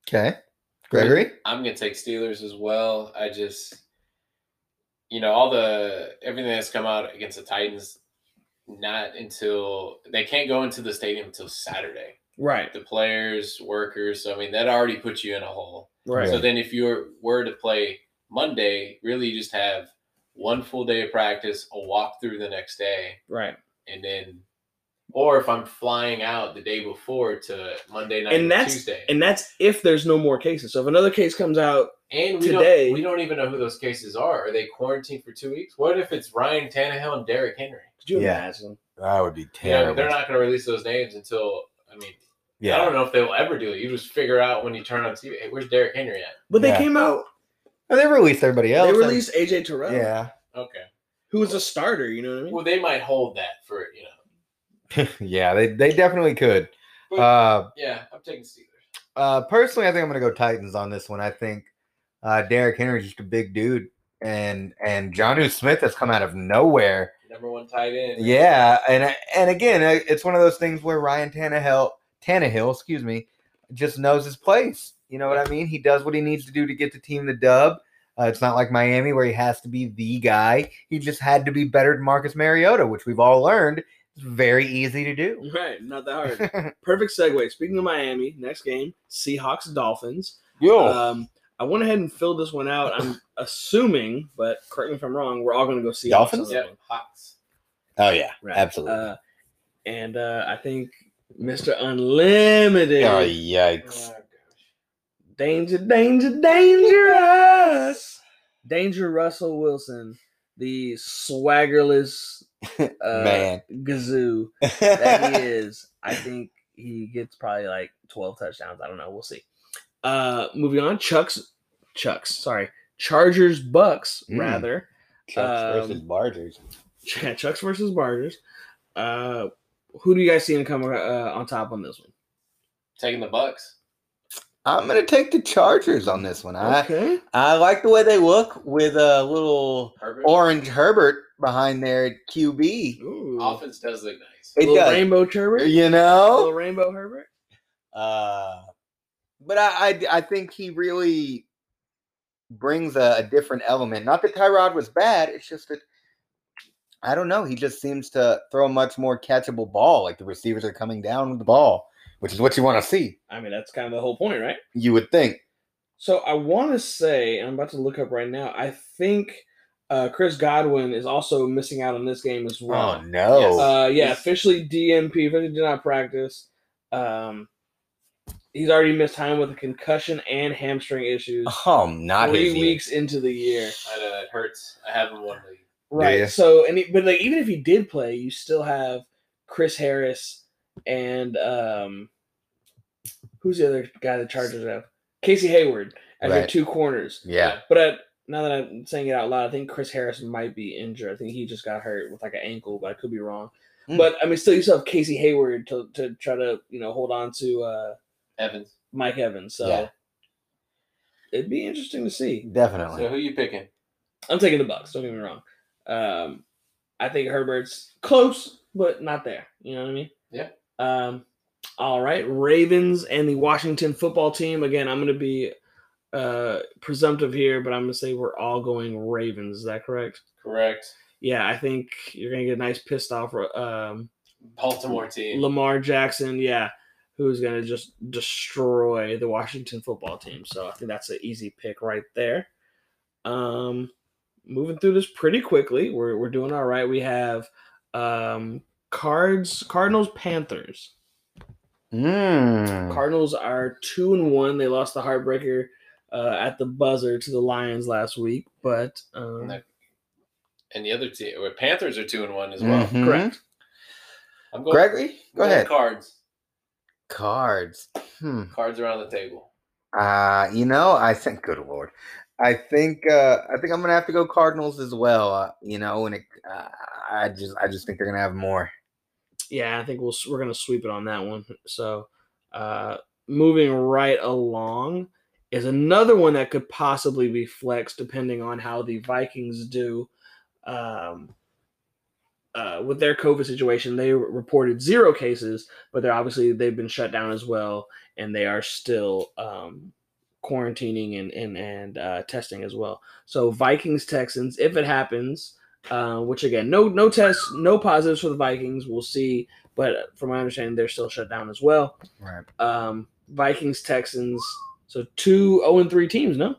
Okay. Gregory?
I'm gonna take Steelers as well. I just, you know, all the everything that's come out against the Titans, not until they can't go into the stadium until Saturday.
Right,
The players, workers. So I mean, that already puts you in a hole.
right.
So then, if you were- were to play Monday, really you just have one full day of practice, a walkthrough the next day,
Right.
and then, or if I'm flying out the day before to Monday night
And
and
that's-
Tuesday,
And that's if there's no more cases. So if another case comes out,
And we
today-
don't, we don't even know who those cases are. Are they quarantined for two weeks? What if it's Ryan Tannehill and Derrick Henry?
could you
Yeah.
imagine?
That would be
You know,
terrible.
they're not going to release those names until I mean, I
yeah.
don't know if they will ever do it. You just figure out when you turn on TV. Hey, where's Derrick Henry at?
But they
Yeah.
came out.
Well, they released everybody else.
They
and-
released AJ Terrell,
Yeah.
Okay.
who was a starter. You know what I mean?
Well, they might hold that for you know.
yeah, they, they definitely could. Uh,
Yeah, I'm taking Steelers.
uh, personally, I think I'm going to go Titans on this one. I think uh, Derrick Henry's just a big dude. And and Johnu Smith has come out of nowhere.
Number one tight end.
Yeah, and and again, I- it's one of those things where Ryan Tannehill, Tannehill, excuse me, just knows his place. You know what I mean? He does what he needs to do to get the team the dub. Uh, it's not like Miami where he has to be the guy. He just had to be better than Marcus Mariota, which we've all learned is very easy to do.
Right, not that hard. Perfect segue. Speaking of Miami, next game, Seahawks Dolphins.
Yo,
Um, I went ahead and filled this one out. I'm assuming, but correct me if I'm wrong, we're all going to go Seahawks.
Dolphins?
on this
Yep.
one.
Hawks.
oh yeah,
Right.
absolutely.
Uh, and uh, I think Mr. Unlimited,
oh
Oh,
yikes!
gosh.
danger, danger, dangerous, danger, Russell Wilson, the swaggerless uh,
Man.
gazoo that he is. I think he gets probably like 12 touchdowns. I don't know. We'll see. Uh moving on, Chuck's Chuck's, sorry. Chargers Bucks
Mm.
rather.
Chucks versus
um,
Bargers.
Yeah, Chucks versus Bargers. Uh who do you guys see in come uh, on top on this one?
Taking the Bucks.
I'm gonna take the Chargers on this one. I
Okay.
I like the way they look with a little
Herbert.
Orange Herbert behind there at QB.
Ooh.
Offense does look nice.
It
Little
does,
Rainbow Herbert.
you
Little
know.
Rainbow Herbert.
Uh, but I, I, I think he really brings a, a different element. Not that Tyrod was bad. It's just that I don't know. He just seems to throw a much more catchable ball. Like the receivers are coming down with the ball, which is what you want to see.
I mean, that's kind of the whole point, right?
You would think.
So I want to say, and I'm about to look up right now. I think uh, Chris Godwin is also missing out on this game as well.
Oh no.
Yes.
Uh, yeah,
He's-
officially DMP, officially did not practice. Um, he's already missed time with a concussion and hamstring issues.
oh, not
three
his year.
weeks into the year,
I know it hurts. I haven't won league.
right?
Yeah.
So, and he, but like even if he did play, you still have Chris Harris and um, who's the other guy the Chargers have? Casey Hayward as your
Right.
two corners.
Yeah.
But I, now that I'm saying it out loud, I think Chris Harris might be injured. I think he just got hurt with like an ankle, but I could be wrong.
Hmm.
But I mean, still, you still have Casey Hayward to, to try to you know hold on to uh,
Evans.
Mike Evans. So
Yeah.
it'd be interesting to see.
Definitely.
So who you picking?
I'm taking the Bucks. Don't get me wrong. Um, I think Herbert's close, but not there. You know what I mean?
Yeah.
Um, all right, Ravens and the Washington football team. Again, I'm going to be uh presumptive here, but I'm going to say we're all going Ravens. Is that correct?
Correct.
Yeah, I think you're going to get a nice pissed off um,
Baltimore team.
Lamar Jackson. Yeah, who's going to just destroy the Washington football team. So I think that's an easy pick right there. Um, moving through this pretty quickly. We're we're doing all right. We have um cards Cardinals Panthers.
Mm.
Cardinals are two and one. They lost the heartbreaker uh, at the buzzer to the Lions last week, but um,
No. and the other team, well, Panthers are two and one as well.
Mhm.
correct.
I'm going.
Gregory,
I'm
go
going
ahead.
Cards.
Cards. Hmm.
Cards around the table.
Uh, you know, I think good lord. I think uh I think I'm going to have to go Cardinals as well, uh, you know, and it, uh, I just I just think they're going to have more.
yeah, I think we'll s- we're gonna sweep it on that one. So, uh, moving right along is another one that could possibly be flexed depending on how the Vikings do. Um, uh, with their COVID situation, they reported zero cases, but they're obviously they've been shut down as well, and they are still um, quarantining and and and uh, testing as well. So Vikings Texans, if it happens, uh, which again, no no tests, no positives for the Vikings. We'll see, but from my understanding, they're still shut down as well.
Right.
Um, Vikings Texans, so two zero and three teams, no.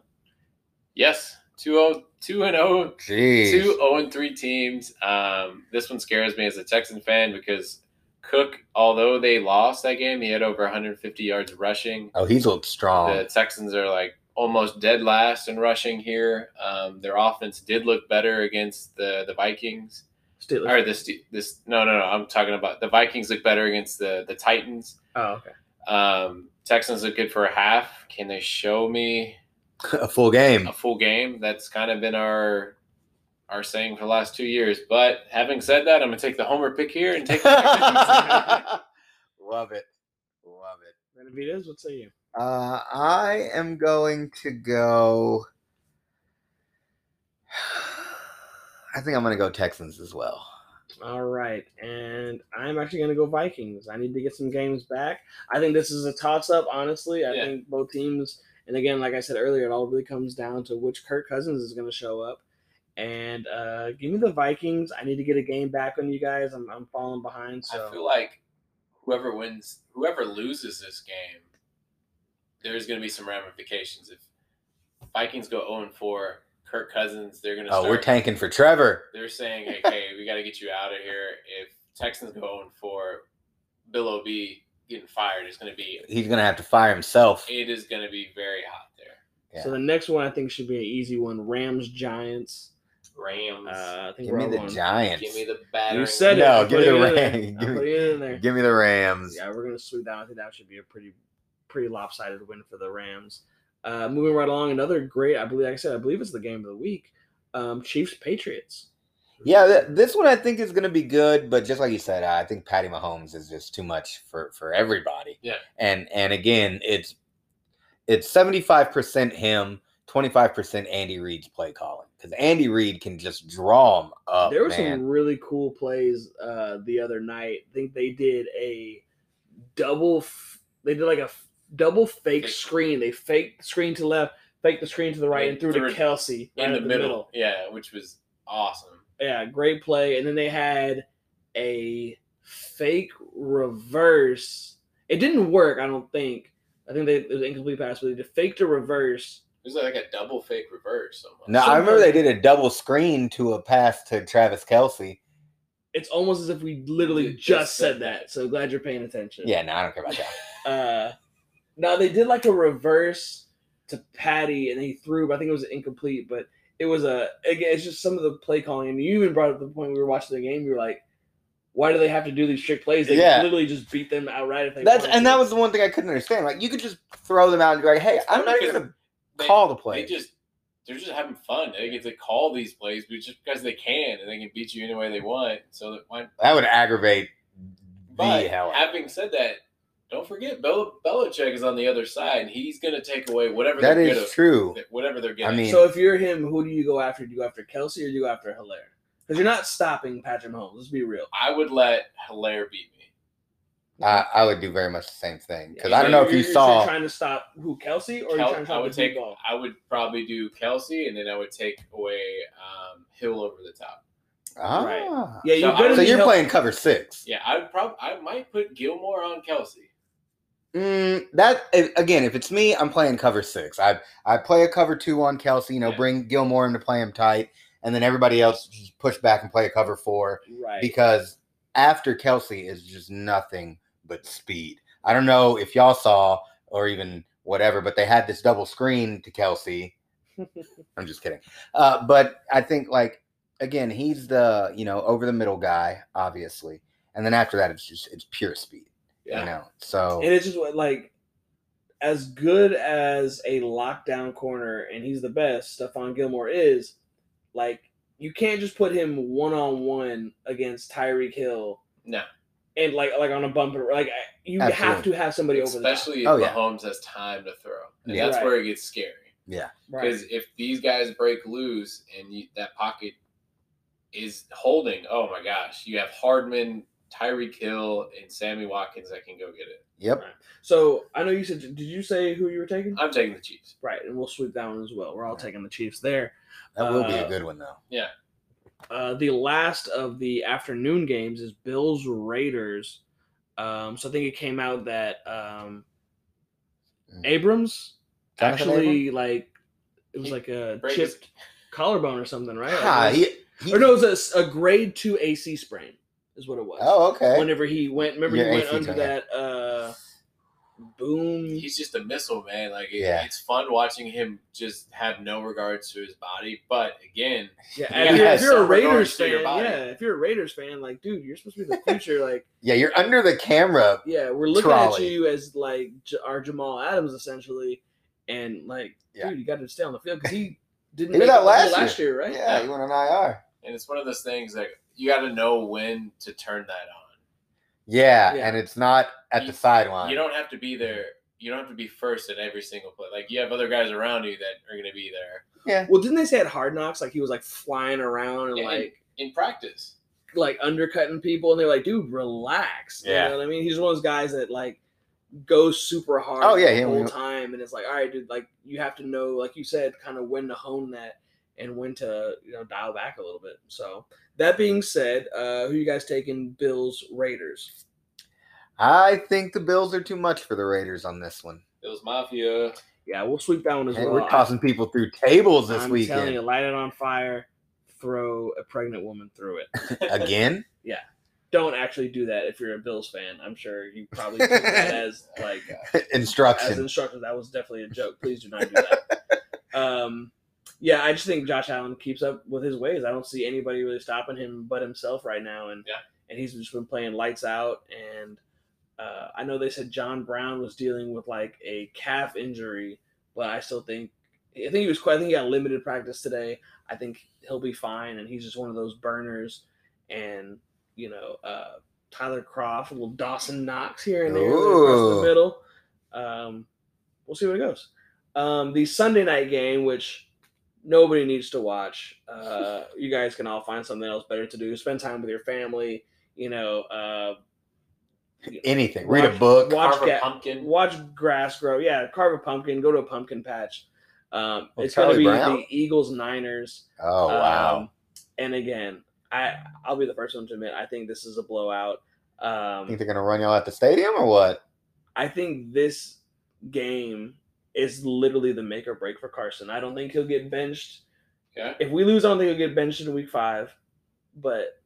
Yes, 2-0, 2 and 0
Jeez.
two 0 and three teams. Um, this one scares me as a Texan fan because Cook, although they lost that game, he had over 150 yards rushing.
Oh, he's looked strong.
The Texans are like almost dead last in rushing here. Um, their offense did look better against the the Vikings.
Steelers.
Or this this no no no, I'm talking about the Vikings look better against the the Titans.
Oh, okay.
Um, Texans look good for a half. Can they show me
a full game.
a full game. That's kind of been our our saying for the last two years. But having said that, I'm gonna take the homer pick here and take. The
Love it. Love it.
Benavidez, what say you?
Uh, I am going to go. I think I'm going to go Texans as well.
All right, and I'm actually going to go Vikings. I need to get some games back. I think this is a toss-up, honestly. I
Yeah.
think both teams, and again, like I said earlier, it all really comes down to which Kirk Cousins is going to show up. And uh, give me the Vikings. I need to get a game back on you guys. I'm, I'm falling behind,
I feel
so
like whoever wins, whoever loses this game, there's gonna be some ramifications. If Vikings go 0 and 4, Kirk Cousins, they're gonna.
Oh,
start,
we're tanking for Trevor.
They're saying, hey, "Okay, we got to get you out of here." If Texans go 0 and 4, Bill O'B getting fired is gonna be.
He's going to have to fire himself.
It is gonna be very hot there.
so the next one I think should be an easy one. Rams Giants.
Rams.
Uh, I think
Give
we're
me
all
the
on.
Giants.
Give me the battering.
You said it.
No,
I'm
give me the
putting it in there.
Rams.
I'm
Give me-
putting it in there.
Give me the Rams.
Yeah, we're gonna sweep down. I think that should be a pretty, pretty lopsided win for the Rams. Uh, moving right along, another great. I believe, like I said, I believe it's the game of the week. Um, Chiefs Patriots.
Yeah, th- this one I think is going to be good, but just like you said, I think Patty Mahomes is just too much for for everybody.
Yeah.
and and again, it's it's seventy five percent him, twenty five percent Andy Reid's play calling because Andy Reid can just draw him up.
there were
man.
some really cool plays uh, the other night. I think they did a double. F- they did like a f- double fake
Fake.
screen. They faked the screen to the left, faked the screen to the right,
They
and threw
threw
to
it
Kelsey right
in the,
up
middle. Yeah, which was awesome.
yeah, great play. And then they had a fake reverse. It didn't work, I don't think. I think they, it was an incomplete pass, but they did fake to reverse.
It was like a double fake reverse. Almost.
No, I remember
something-
they did a double screen to a pass to Travis Kelsey.
It's almost as if we literally
You
just,
just
said
said
that. So glad you're paying attention.
Yeah, no, I don't care about that.
Uh, now they did like a reverse to Patty, and he threw. But I think it was incomplete. But it was a again. It's just some of the play calling. And you even brought up the point we were watching the game. You were like, "Why do they have to do these trick plays? They could
Yeah.
literally just beat them outright if they."
That's
wanted
and that
to."
was the one thing I couldn't understand. Like you could just throw them out and be like, "Hey, I'm not even going to
They-
call the
They
play."
just they're just having fun. They get to call these plays, but just because they can and they can beat you any way they want. So that why?
that would aggravate the
But
hell. out of me.
having said that, don't forget Bel- Belichick is on the other side, and he's going to take away whatever
That
they're
is
good
true.
at, whatever they're good.
I
at.
mean-
So if you're him, who do you go after? Do you go after Kelsey or do you go after Hilaire? Because you're not stopping Patrick Mahomes. Let's be real.
I would let Hilaire beat me.
I, I would do very much the same thing because
Yeah,
I don't know if
You're-
you
you're
saw.
trying to stop who Kelsey or
Kel-
you're trying to
I
stop
would
the deep
take.
ball.
I would probably do Kelsey, and then I would take away um, Hill over the top.
Right.
Ah.
Yeah,
So
you're
I
gonna
would-
So
need
you're
help.
playing cover six.
Yeah, I would probably. I might put Gilmore on Kelsey.
Mm, that a- again, if it's me, I'm playing cover six. I I play a cover two on Kelsey. You know,
Yeah.
bring Gilmore in to play him tight, and then everybody else just push back and play a cover four
right.
because after Kelsey is just nothing but speed. I don't know if y'all saw or even whatever, but they had this double screen to Kelsey. I'm just kidding. Uh, but I think like again, he's the you know over the middle guy, obviously, and then after that, it's just it's pure speed. You know, so
And it's just what, like as good as a lockdown corner, and he's the best. Stephon Gilmore is like you can't just put him one on one against Tyreek Hill.
No.
And like like on a bumper, like I- you have
Absolutely.
to have somebody over the top.
Especially if
Oh, yeah.
Mahomes has time to throw. And
Yeah.
that's
Right.
where it gets scary.
Right.
Because if these guys break loose and you, that pocket is holding. Oh my gosh, you have Hardman, Tyreek Hill, and Sammy Watkins that can go get it.
Yep.
So I know you said. Did you say who you were taking?
I'm taking the Chiefs.
Right, and we'll sweep that one as well. We're all taking the Chiefs there.
That will be a
Uh,
good one though.
Uh, the last of the afternoon games is Bills Raiders. Um, so I think it came out that um,
Mm.
Abrams
Jonathan
actually like it was
He
like a
Break his-
chipped collarbone or something, right?
Ah,
Like,
he, he-
or no, it was a s- a, grade two AC sprain is what it was.
oh, okay.
Whenever he went, remember
Your
he went
AC
under
joint, yeah.
that uh, boom.
He's just a missile, man. Like it-
Yeah.
it's fun watching him just have no regards to his body. But again,
Yeah,
Yeah,
if, you're, if
yes.
you're a
Some
Raiders
regards to
fan,
your body.
yeah, if you're a Raiders fan, like, dude, you're supposed to be the future. like,
Yeah, you're under the camera.
yeah, we're looking
Trolley.
at you as like J- our Jamal Adams essentially, and like,
Yeah.
dude, you got to stay on the field because he didn't
He
make
did
it
that
the whole
last
last year, right?
Yeah, you want an IR.
and it's one of those things that you got to know when to turn that on.
Yeah,
Yeah.
and it's not at
You-
the sideline.
you don't have to be there. You don't have to be first at every single play. Like you have other guys around you that are going to be there
Well, didn't they say at Hard Knocks like he was like flying around and
Yeah, and-
like
in practice.
like undercutting people, and they're like, dude, relax.
Yeah.
You know what I mean? He's one of those guys that like goes super hard
Oh, yeah,
the
yeah,
whole
we-
time, and it's like, all right, dude, like you have to know, like you said, kind of when to hone that and when to you know dial back a little bit. So that being said, uh, who you guys taking? Bills, Raiders.
I think the Bills are too much for the Raiders on this one.
It was mafia.
Yeah, we'll sweep that one as
Hey,
well.
we're tossing people through tables this
I'm telling
weekend
you, light it on fire, throw a pregnant woman through it.
again.
Don't actually do that if you're a Bills fan. I'm sure you probably took that as like as
Instruction.
instructors. That was definitely a joke. Please do not do that. um, yeah, I just think Josh Allen keeps up with his ways. I don't see anybody really stopping him but himself right now, and
Yeah.
and he's just been playing lights out. And uh, I know they said John Brown was dealing with like a calf injury, but I still think I think he was quite. I think he got limited practice today. I think he'll be fine, and he's just one of those burners. And you know, uh, Tyler Croft, little Dawson Knox here and there across
Ooh.
the middle. Um, we'll see what it goes. Um, the Sunday night game, which nobody needs to watch. Uh, you guys can all find something else better to do. Spend time with your family. You know, uh,
Anything. Read a
Watch-
book.
watch
Carver
Ga-
pumpkin.
watch grass grow. Yeah, carve a pumpkin. Go to a pumpkin patch. Um,
Well,
it's going to
Charlie
be
Brown.
the Eagles Niners.
Oh wow.
Um, and again, I I'll be the first one to admit I think this is a blowout.
think
Um,
they're gonna run y'all at the stadium or what?
I think this game is literally the make or break for Carson. I don't think he'll get benched.
Okay.
If we lose, I don't think he'll get benched in week five. But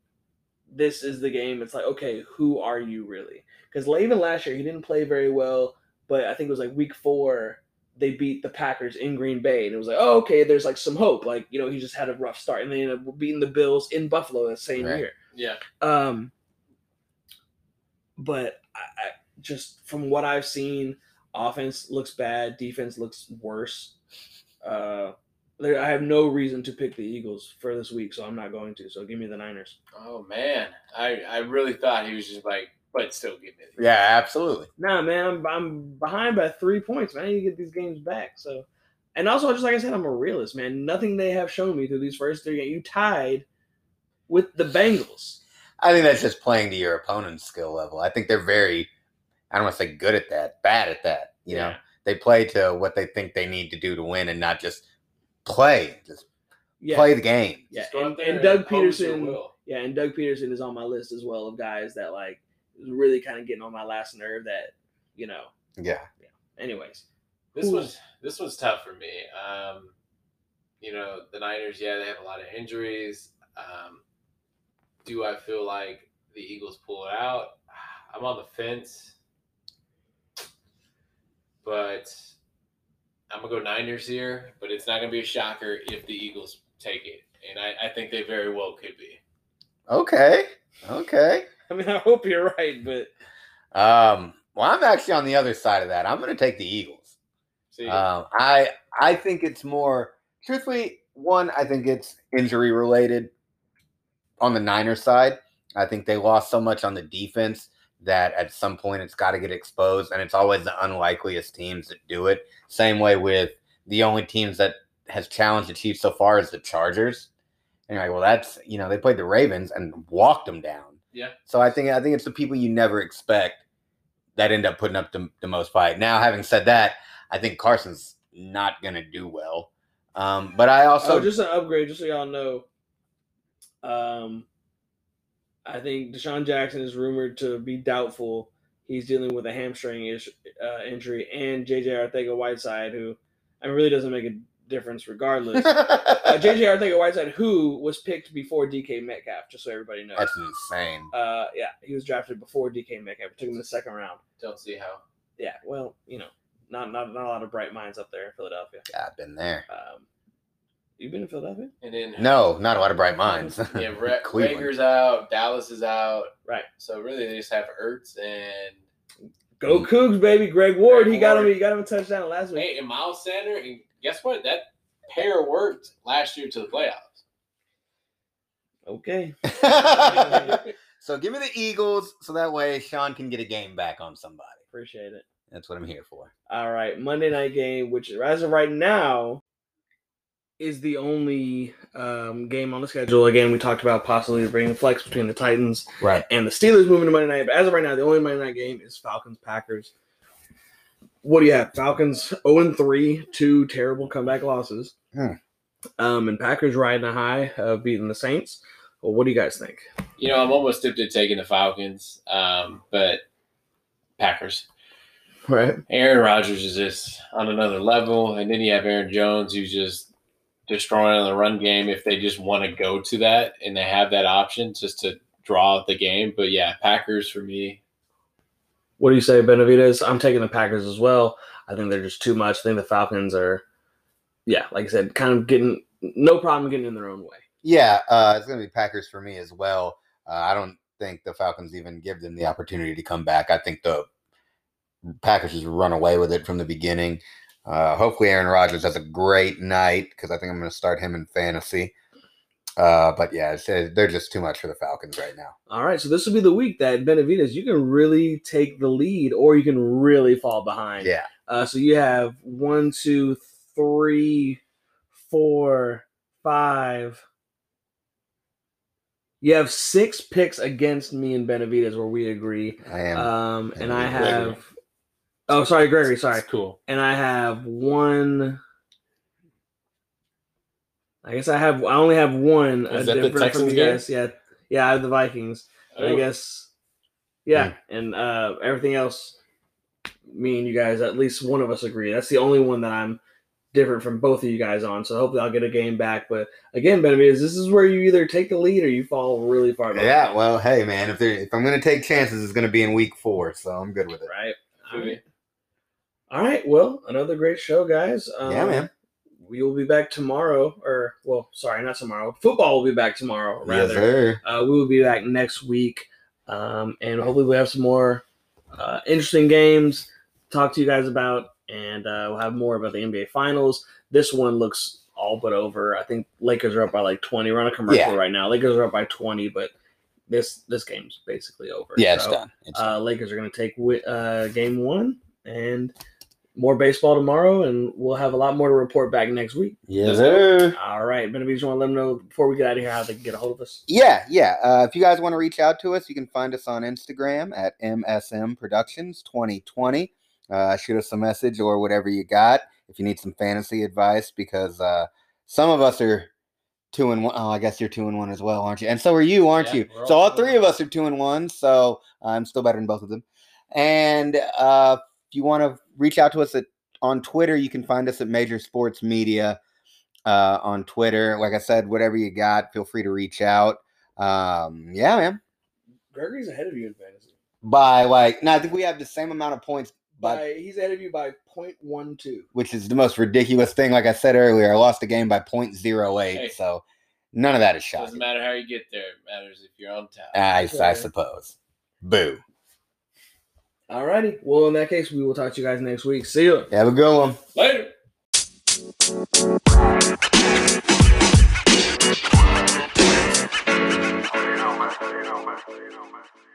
this is the game. It's like, okay, who are you really? Because even last year he didn't play very well, but I think it was like week four they beat the Packers in Green Bay, and it was like, oh, okay, there's like some hope. Like you know he just had a rough start, and they ended up beating the Bills in Buffalo that same
Right.
year.
Yeah.
Um, but I, I just from what I've seen, offense looks bad, defense looks worse. Uh, there, I have no reason to pick the Eagles for this week, so I'm not going to. So give me the Niners.
Oh man, I I really thought he was just like, but still give me. the-
Yeah, absolutely.
Nah, man, I'm I'm behind by three points. Man, I need to get these games back. So, and also just like I said, I'm a realist, man. Nothing they have shown me through these first three games. You tied with the Bengals.
I think that's just playing to your opponent's skill level. I think they're very I don't want to say good at that, bad at that. You know,
Yeah.
they play to what they think they need to do to win and not just play. Just
Yeah,
play the game.
yeah.
Just go
And,
out there
and Doug
impose your
Peterson.
will.
Yeah, and Doug Peterson is on my list as well of guys that like is really kind of getting on my last nerve. That you know.
Yeah.
Anyways,
This
Who-
was this was tough for me. Um, you know, the Niners, yeah, they have a lot of injuries. Um, do I feel like the Eagles pull it out? I'm on the fence, but I'm gonna go Niners here. But it's not gonna be a shocker if the Eagles take it, and I, I think they very well could be.
Okay. Okay.
I mean, I hope you're right, but
Um, well, I'm actually on the other side of that. I'm going to take the Eagles.
See,
Um, I I think it's more truthfully one. I think it's injury related. On the Niners side, I think they lost so much on the defense that at some point it's got to get exposed, and it's always the unlikeliest teams that do it. Same way with the only teams that has challenged the Chiefs so far is the Chargers, And you're like, well, that's you know, they played the Ravens and walked them down.
Yeah.
So I think I think it's the people you never expect that end up putting up the, the most fight. Now, having said that, I think Carson's not going to do well. Um, but
Oh,
I also
So Oh, just an upgrade, just so y'all know. Um, I think Deshaun Jackson is rumored to be doubtful. He's dealing with a hamstring ish, uh, injury, and JJ Arthega Whiteside, who I mean, really doesn't make a difference regardless. uh, JJ Arthega Whiteside, who was picked before DK Metcalf, just so everybody knows.
that's insane.
Uh, yeah, he was drafted before DK Metcalf. We took him in the second round.
Don't see how.
Yeah, well, you know, not not not a lot of bright minds up there in Philadelphia.
Yeah, I've been there.
Um, you've been in Philadelphia,
And then
No, not a lot of bright minds.
yeah, Ra-
Cleveland.
Rager's out, Dallas is out,
right?
so really they just have Ertz and
Go
Mm.
Cougs, baby! Greg Ward, he got him.
Ward.
He got him a touchdown last week.
hey, and Miles Sander. And guess what? That pair worked last year to the playoffs.
Okay,
so give me the Eagles, so that way Sean can get a game back on somebody.
appreciate it.
That's what I'm here for.
All right, Monday night game, which as of right now is the only um, game on the schedule. Again, we talked about possibly bringing a flex between the Titans
Right.
and the Steelers moving to Monday night. But as of right now, the only Monday night game is Falcons Packers. What do you have? Falcons 0 3, two terrible comeback losses.
Hmm.
Um, and Packers riding a high of beating the Saints. Well, what do you guys think?
You know, I'm almost tempted to taking the Falcons, um, but Packers.
Right.
Aaron Rodgers is just on another level, and then you have Aaron Jones who's just destroying the run game. If they just want to go to that and they have that option, just to draw out the game. But yeah, Packers for me.
What do you say, Benavides? I'm taking the Packers as well. I think they're just too much. I think the Falcons are, yeah, like I said, kind of getting no problem getting in their own way.
Yeah, uh, it's going to be Packers for me as well. Uh, I don't think the Falcons even give them the opportunity to come back. I think the Packers just run away with it from the beginning. Uh, hopefully, Aaron Rodgers has a great night because I think I'm going to start him in fantasy. Uh, but yeah, it's, uh, they're just too much for the Falcons right now.
All right, so this will be the week that Benavides, you can really take the lead, or you can really fall behind.
Yeah,
Uh, so you have one, two, three, four, five. You have six picks against me and Benavides where we agree.
I am.
Um, and
and
I
Gregory.
have. Oh, sorry, Gregory. Sorry.
It's cool.
and I have one. I guess I have. I only have one.
Is
uh,
that the
different
Texans
you
game?
guys. Yeah, yeah. I have the Vikings. And I
Oh,
guess. Yeah,
Hmm.
and uh, everything else, me and you guys, at least one of us agree. That's the only one that I'm different from both of you guys on. So hopefully I'll get a game back. But again, Benavides, this is where you either take the lead or you fall really far behind.
yeah, well, hey man, if they're if I'm going to take chances, it's going to be in week four, so I'm good with it.
Right.
for me.
All right. Well, another great show, guys. Um,
Yeah, man.
We will be back tomorrow, or well, sorry, not tomorrow. Football will be back tomorrow.
Yes,
Rather,
sir.
uh, we will be back next week, um, and hopefully we'll have some more uh, interesting games to talk to you guys about, and uh, we'll have more about the NBA Finals. This one looks all but over. I think Lakers are up by like twenty. We're on a commercial
Yeah.
right now. Lakers are up by twenty, but this this game's basically over.
Yeah, it's
So,
done. It's
uh, Lakers are going to take wi- uh, game one and more baseball tomorrow, and we'll have a lot more to report back next week.
yes, sir.
All right, Benavides, you want to let them know before we get out of here how they can get a hold of us?
Yeah, yeah. Uh, if you guys want to reach out to us, you can find us on Instagram at MSM Productions 2020. Uh, shoot us a message or whatever you got if you need some fantasy advice because uh, some of us are two and one. Oh, I guess you're two and one as well, aren't you? And so are you, aren't
Yeah,
you?
we're
So
all
all
two and
three of us are two and one. So I'm still better than both of them. And uh, if you want to reach out to us at on Twitter, you can find us at Major Sports Media uh, on Twitter. Like I said, whatever you got, feel free to reach out. Um, yeah, man.
Gregory's ahead of you in fantasy.
By like, no, I think we have the same amount of points, but
By, he's ahead of you by 0.12.
which is the most ridiculous thing. Like I said earlier, I lost the game by 0.08,
Hey.
so none of that is shocking.
Doesn't matter how you get there. It matters if you're on top.
I, I
Okay.
suppose. Boo.
All righty. Well, in that case, we will talk to you guys next week. See you.
Have a good one.
Later.
You know, man. You know, man. You know, man.